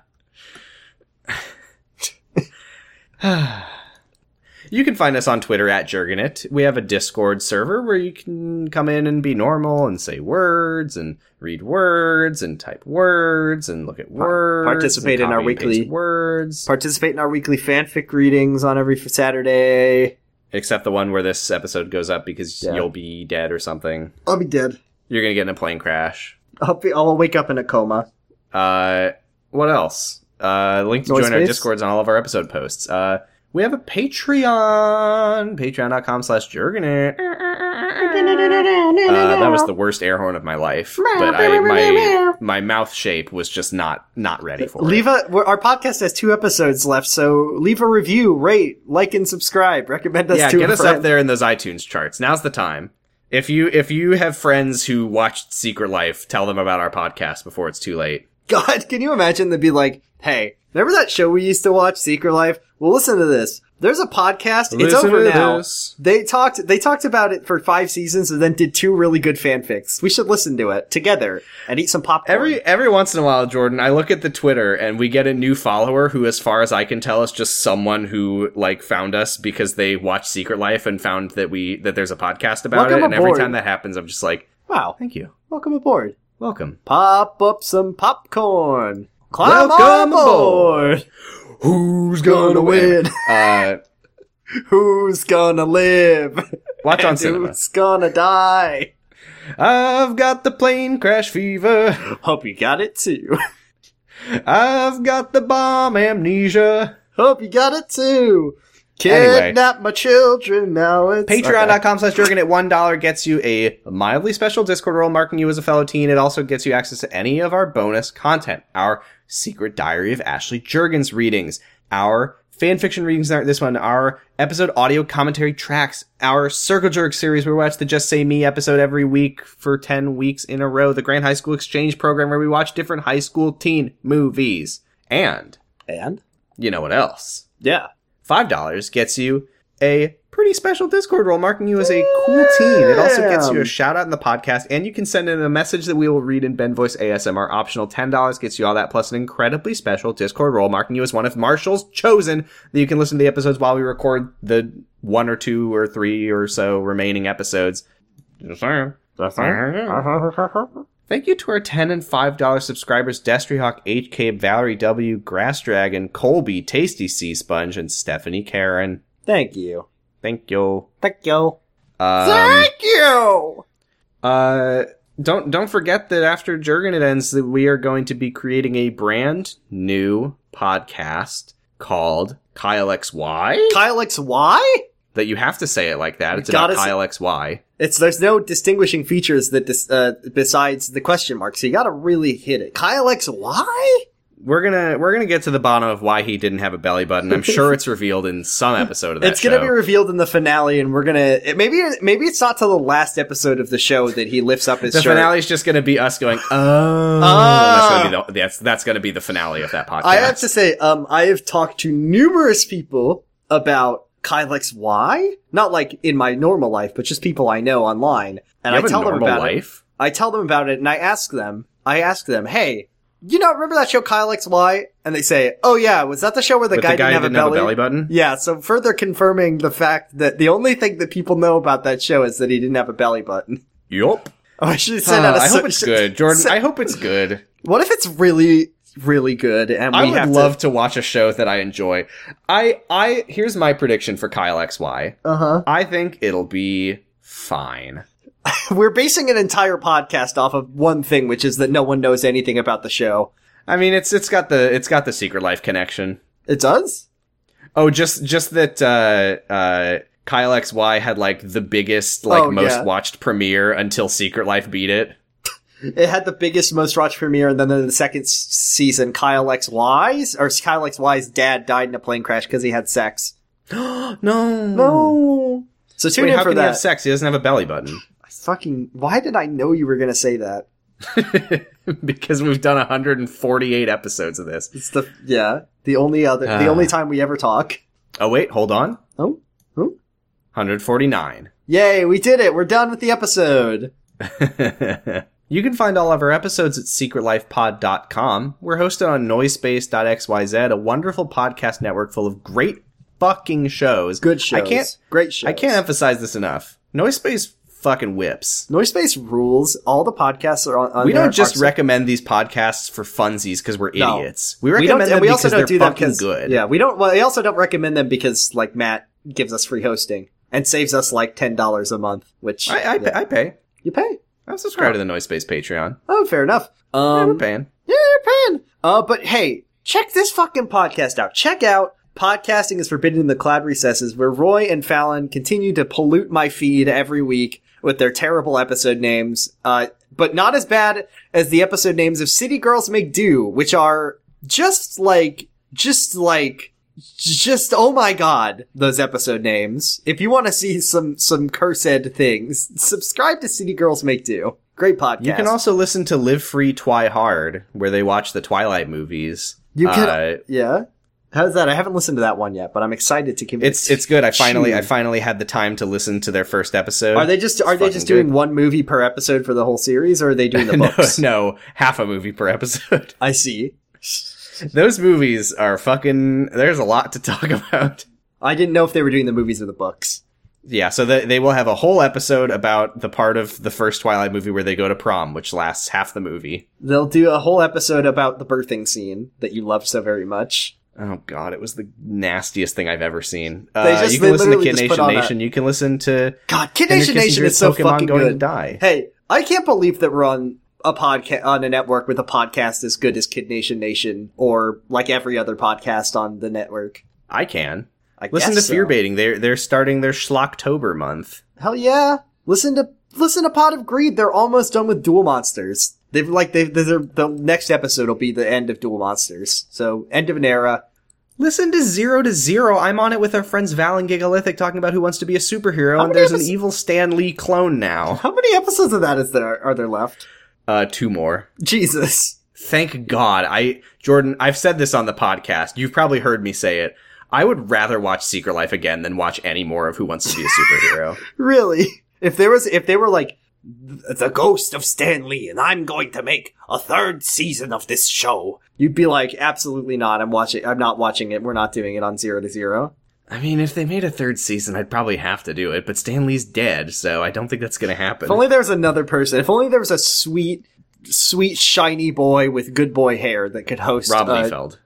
A: You can find us on Twitter at Jurgenit. We have a Discord server where you can come in and be normal and say words and read words and type words and look at words.
B: participate
A: and
B: in our
A: copy and paste
B: weekly-
A: words,
B: Participate in our weekly fanfic readings on every Saturday.
A: except the one where this episode goes up because
B: Yeah.
A: you'll be dead or something.
B: I'll be dead.
A: You're gonna get in a plane crash.
B: I'll be, I'll wake up in a coma.
A: Uh, what else? Uh, link to
B: Noise
A: join our
B: space?
A: discords on all of our episode posts. Uh, we have a Patreon, patreon.com slash Jurgenit. Uh, that was the worst air horn of my life, but I, my my mouth shape was just not not ready for
B: Leave
A: it.
B: a we're- our podcast has two episodes left, so leave a review, rate, like, and subscribe. Recommend us
A: Yeah,
B: to
A: get
B: a
A: us
B: friend.
A: up there in those iTunes charts. Now's the time. If you if you have friends who watched Secret Life, tell them about our podcast before it's too late.
B: God, can you imagine? They'd be like, "Hey, remember that show we used to watch, Secret Life? Well, listen to this. There's a podcast. it's
A: Listen
B: over
A: to
B: now.
A: this.
B: They talked. They talked about it for five seasons, and then did two really good fanfics. We should listen to it together and eat some popcorn.
A: Every every once in a while, Jordan, I look at the Twitter and we get a new follower who, as far as I can tell, is just someone who like found us because they watched Secret Life and found that we that there's a podcast about
B: Welcome
A: it. And every
B: aboard.
A: time that happens, I'm just like,
B: wow.
A: thank you,
B: Welcome aboard.
A: welcome.
B: Pop up some popcorn. Climb
A: Welcome
B: on board.
A: Who's
B: Gonna win.
A: Uh,
B: Who's gonna live?
A: watch on
B: And
A: cinema.
B: Who's gonna die?
A: I've got the plane crash fever.
B: Hope you got it too.
A: I've got the bomb amnesia.
B: Hope you got it too.
A: Anyway.
B: Kidnap my children now. It's
A: Patreon.com slash Jurgen at one dollar gets you a mildly special Discord role marking you as a fellow teen. It also gets you access to any of our bonus content, our secret diary of Ashley Jurgens readings, our fan fiction readings aren't this one, our episode audio commentary tracks, our Circle Jerk series where we watch the Just Say Me episode every week for ten weeks in a row, the Grand High School Exchange program where we watch different high school teen movies. And
B: And
A: you know what else?
B: yeah,
A: five dollars gets you a pretty special Discord role marking you as a cool teen. It also gets you a shout out in the podcast, and you can send in a message that we will read in Ben Voice ASMR. Optional ten dollars gets you all that plus an incredibly special Discord role marking you as one of Marshall's chosen that you can listen to the episodes while we record the one or two or three or so remaining episodes. Just saying. Just saying. Thank you to our ten and five dollar subscribers: Destryhawk, HK, Valerie W, Grass Dragon, Colby, Tasty Sea Sponge, and Stephanie Karen.
B: thank you.
A: Thank you.
B: Thank you.
A: Um,
B: Thank you.
A: uh, don't don't forget that after Jurgen it ends, that we are going to be creating a brand new podcast called Kyle XY.
B: Kyle X Y.
A: That you have to say it like that. It's
B: You gotta
A: about Kyle XY.
B: It's there's no distinguishing features that dis, uh, besides the question mark, so you gotta really hit it. Kyle X Y.
A: We're gonna we're gonna get to the bottom of why he didn't have a belly button. I'm sure it's revealed in some episode of that.
B: It's gonna
A: show.
B: be revealed in the finale, and we're gonna it, maybe maybe it's not till the last episode of the show that he lifts up his
A: The
B: shirt.
A: finale is just going to be us going, oh, And that's going to be the, that's, that's going to be the finale of that podcast.
B: I have to say, um, I have talked to numerous people about Kylex Y. Not like in my normal life, but just people I know online,
A: You
B: and I
A: have a
B: tell them
A: normal
B: about it.
A: life.
B: I tell them about it, and I ask them. I ask them, hey. You know, remember that show Kylex Y? And they say, "Oh yeah, was that the show where the
A: But
B: guy,
A: the guy
B: didn't, have, a belly?
A: button.
B: Yeah, so further confirming the fact that the only thing that people know about that show is that he didn't have a belly button.
A: Yup.
B: Oh, I should have
A: Uh,
B: sent out a
A: I hope
B: so-
A: it's good, Jordan.
B: se-
A: I hope it's good.
B: What if it's really, really good? And we
A: I would
B: have
A: love to watch a show that I enjoy. I I here's my prediction for Kyle XY.
B: To- uh
A: I think it'll be fine.
B: huh. We're basing an entire podcast off of one thing, which is that no one knows anything about the show.
A: I mean, it's it's got the it's got the Secret Life connection.
B: It does.
A: Oh, just just that uh uh Kyle XY had like the biggest like
B: Oh,
A: most
B: yeah.
A: watched premiere until Secret Life beat it.
B: It had the biggest, most watched premiere, and then in the second s- season, Kyle X Y's or Kyle X Y's dad died in a plane crash because he had sex.
A: No.
B: No. So tune
A: Wait,
B: in
A: how
B: for
A: can he have
B: that.
A: sex? He doesn't have a belly button.
B: Fucking! Why did I know you were gonna say that?
A: because we've done 148 episodes of this.
B: It's the yeah, the only other, the
A: Ah.
B: only time we ever talk.
A: Oh, wait, hold on.
B: Oh, oh.
A: 149.
B: Yay, we did it. We're done with the episode.
A: you can find all of our episodes at secretlifepod.com. We're hosted on noisepace.xyz, a wonderful podcast network full of great fucking shows.
B: Good shows.
A: I can't
B: Great shows.
A: I can't emphasize this enough. Noisepace fucking whips.
B: Noise Space rules. All the podcasts are on. on
A: We
B: there
A: don't just
B: are-
A: recommend these podcasts for funsies because we're
B: No.
A: idiots. We
B: We
A: recommend
B: don't.
A: them
B: And we
A: because
B: also
A: they're
B: don't do that
A: fucking
B: because
A: good.
B: Yeah, we don't. Well, we also don't recommend them because like Matt gives us free hosting and saves us like ten dollars a month, which
A: I, I,
B: yeah,
A: I pay.
B: you pay.
A: I'm subscribed to the Noise Space Patreon.
B: Oh, fair enough.
A: Yeah,
B: Um,
A: we're paying.
B: Yeah, you're paying. Uh, but hey, check this fucking podcast out. Check out Podcasting is Forbidden in the Cloud Recesses, where Roy and Fallon continue to pollute my feed every week with their terrible episode names. Uh, but not as bad as the episode names of City Girls Make Do, which are just like, just like, just oh my god, those episode names. If you want to see some some cursed things, subscribe to City Girls Make Do. Great podcast.
A: You can also listen to Live Free Twi Hard, where they watch the Twilight movies.
B: You can-
A: Uh,
B: yeah. How's that? I haven't listened to that one yet, but I'm excited to give it.
A: it's it's good. I finally I finally had the time to listen to their first episode.
B: Are they just are they
A: fucking
B: just doing
A: good.
B: one movie per episode for the whole series, or are they doing the
A: no,
B: books?
A: no, half a movie per episode.
B: I see.
A: Those movies are fucking. There's a lot to talk about.
B: I didn't know if they were doing the movies or the books.
A: Yeah, so they, they will have a whole episode about the part of the first Twilight movie where they go to prom, which lasts half the movie.
B: They'll do a whole episode about the birthing scene that you love so very much.
A: Oh god, it was the nastiest thing I've ever seen.
B: They
A: Uh,
B: just-
A: you can
B: they
A: listen to
B: literally
A: Kid
B: just put
A: Nation
B: on a-
A: Nation. You can listen to
B: God, Kid
A: Henry
B: Nation Nation
A: Kissinger's
B: is so
A: Pokemon
B: fucking
A: going to
B: good.
A: die.
B: Hey, I can't believe that we're on a podcast on a network with a podcast as good as Kid Nation Nation or like every other podcast on the network.
A: I can
B: I
A: listen to
B: guess so.
A: Fear Baiting. They're they're starting their Schlocktober month.
B: Hell yeah! Listen to listen to Pot of Greed. They're almost done with Duel Monsters. They've like they've they're, the next episode will be the end of Duel Monsters. So end of an era.
A: Listen to Zero to Zero. I'm on it with our friends Val and Gigalithic talking about who wants to be a superhero, and
B: many
A: there's an
B: episodes-
A: evil Stan Lee clone now.
B: How many episodes of that is there are there left?
A: Uh, two more.
B: Jesus.
A: Thank God. I Jordan, I've said this on the podcast. You've probably heard me say it. I would rather watch Secret Life again than watch any more of Who Wants to Be a Superhero.
B: Really? If there was if they were like
D: The ghost of Stan Lee, and I'm going to make a third season of this show.
B: you'd be like, absolutely not, I'm watching I'm not watching it, we're not doing it on zero to zero.
A: I mean, if they made a third season, I'd probably have to do it, but Stan Lee's dead, so I don't think that's going to happen.
B: If only there was another person, if only there was a sweet sweet shiny boy with good boy hair that could host
A: Rob
B: uh,
A: Liefeld.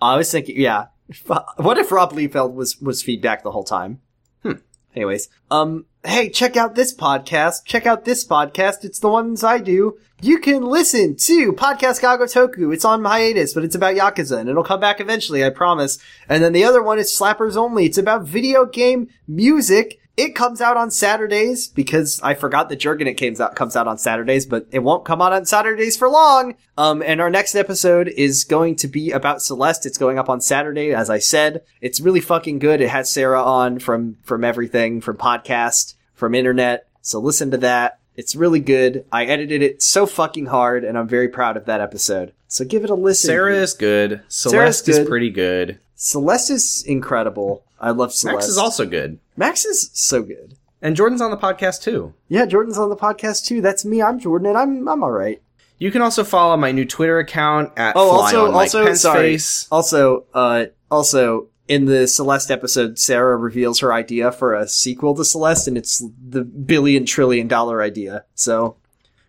B: I was thinking, yeah. What if Rob Liefeld was was feedback the whole time? Hmm. Anyways, um, hey, check out this podcast. Check out this podcast. It's the ones I do. You can listen to podcast Gagotoku. It's on hiatus, but it's about Yakuza, and it'll come back eventually, I promise. And then the other one is Slappers Only. It's about video game music. It comes out on Saturdays because I forgot that Jergen it comes out comes out on Saturdays, but it won't come out on Saturdays for long. Um, and our next episode is going to be about Celeste. It's going up on Saturday, as I said. It's really fucking good. It has Sarah on from from everything, from podcast, from internet. So listen to that. It's really good. I edited it so fucking hard, and I'm very proud of that episode. So give it a listen.
A: Sarah is good. Celeste is
B: good.
A: pretty good.
B: Celeste is incredible. I love Celeste.
A: Max is also good.
B: Max is so good.
A: And Jordan's on the podcast too.
B: Yeah, Jordan's on the podcast too. That's me. I'm Jordan, and I'm I'm all right.
A: You can also follow my new Twitter account at
B: Oh,
A: fly
B: also
A: on Mike
B: also
A: Pence
B: sorry.
A: Face.
B: Also, uh, also in the Celeste episode, Sarah reveals her idea for a sequel to Celeste, and it's the billion trillion dollar idea. So,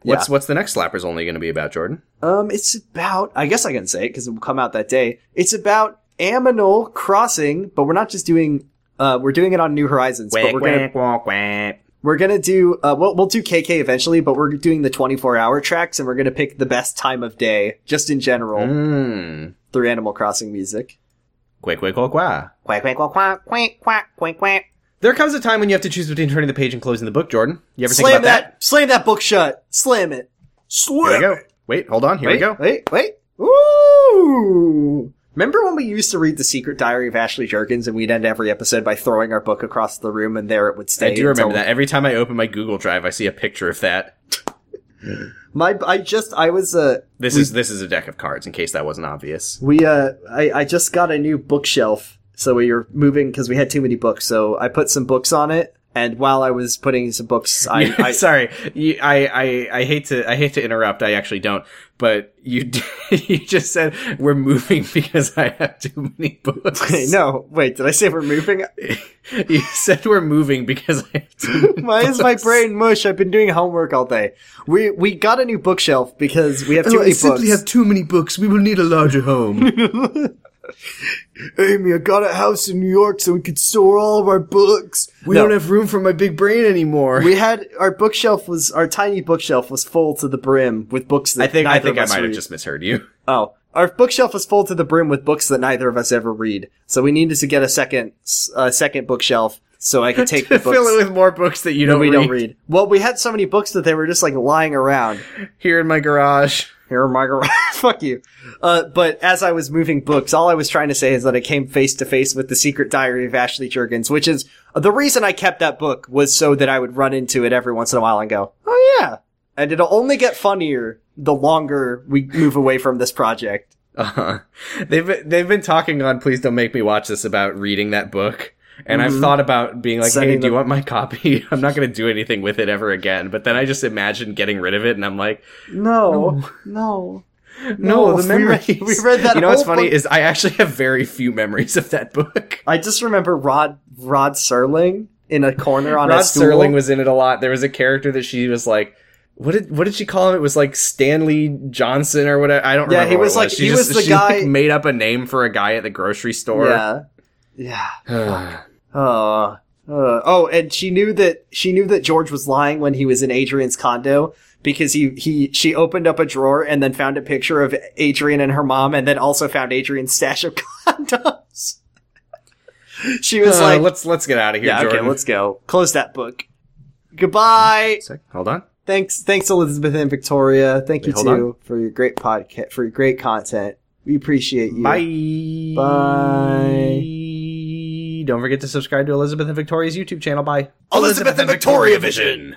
B: yeah.
A: What's what's the next slappers only going to be about, Jordan?
B: um, it's about. I guess I can say it because it will come out that day. It's about Aminal Crossing, but we're not just doing. Uh, we're doing it on New Horizons, but we're gonna We're gonna do uh, we'll we'll do KK eventually, but we're doing the 24 hour tracks, and we're gonna pick the best time of day, just in general,
A: Mm.
B: through Animal Crossing music.
A: Quack, quack, quack, quack.
E: Quack, quack, quack, quack, quack, quack, quack, quack.
A: There comes a time when you have to choose between turning the page and closing the book, Jordan. You ever think
B: Slam
A: about that?
B: Slam that book shut! Slam it!
A: Here we go. Wait, hold on. Here
B: wait,
A: we go.
B: Wait, wait. Ooh! Remember when we used to read the Secret Diary of Ashley Jerkins, and we'd end every episode by throwing our book across the room, and there it would stay.
A: I do
B: until-
A: remember that. Every time I open my Google Drive, I see a picture of that.
B: My I just I was uh
A: This is this is a deck of cards, in case that wasn't obvious.
B: We uh, I, I just got a new bookshelf, so we were moving because we had too many books. So I put some books on it, and while I was putting some books, I, I
A: Sorry, you, I, I I hate to I hate to interrupt. I actually don't, but you d- you just said we're moving because I have too many books.
B: Hey, no wait, did I say we're moving?
A: you said we're moving because I have too many
B: Why is my
A: books.
B: brain mush? I've been doing homework all day. We we got a new bookshelf because we have too many books.
A: too many books. We will need a larger home.
B: Amy, I got a house in New York, so we could store all of our books. No.
A: have room for my big brain anymore.
B: we had our bookshelf was our tiny bookshelf was full to the brim with books that
A: I think I
B: neither
A: think
B: of
A: I
B: us
A: might have
B: read.
A: just misheard you.
B: Oh, our bookshelf was full to the brim with books that neither of us ever read. So we needed to get a second, a second bookshelf so I could take the books
A: Fill it with more books that you
B: that
A: don't,
B: we
A: read,
B: don't read. Well, we had so many books that they were just like lying around.
A: here in my garage.
B: Here, Margaret. Fuck you. Uh, but as I was moving books, all I was trying to say is that I came face to face with the Secret Diary of Ashley Jurgens, which is the reason I kept that book was so that I would run into it every once in a while and go, "Oh yeah," and it'll only get funnier the longer we move away from this project.
A: Uh-huh. They've been- they've been talking on please don't make me watch this about reading that book. And I've thought about being like,
B: Sending
A: hey, do you
B: them-
A: want my copy? I'm not going to do anything with it ever again. But then I just imagined getting rid of it, and I'm like,
B: No, no.
A: no,
B: No,
A: the
B: we read-
A: memories.
B: we read that
A: You know what's
B: whole
A: funny
B: book.
A: is I actually have very few memories of that book.
B: I just remember Rod Rod Serling in a corner on
A: Rod
B: a stool.
A: Serling was in it a lot. There was a character that she was like, what did what did she call him? It was like Stanley Johnson or whatever. I don't
B: Yeah,
A: remember.
B: he
A: what it
B: was like-
A: She
B: he
A: just-
B: was the
A: she, like,
B: guy-
A: made up a name for a guy at the grocery store.
B: yeah, yeah. Uh, uh, oh, and she knew that she knew that George was lying when he was in Adrian's condo because he he she opened up a drawer and then found a picture of Adrian and her mom, and then also found Adrian's stash of condoms. she was
A: Uh,
B: like,
A: let's let's get out of here.
B: "Yeah,
A: Jordan.
B: okay, let's go. Close that book. Goodbye.
A: Sec, hold on.
B: Thanks, thanks Elizabeth and Victoria. Thank you
A: Wait, hold
B: too for your great podcast, for your great content. We appreciate you.
A: Bye.
B: Bye.
A: Don't forget to subscribe to Elizabeth and Victoria's YouTube channel. Bye.
C: Elizabeth and Victoria Vision.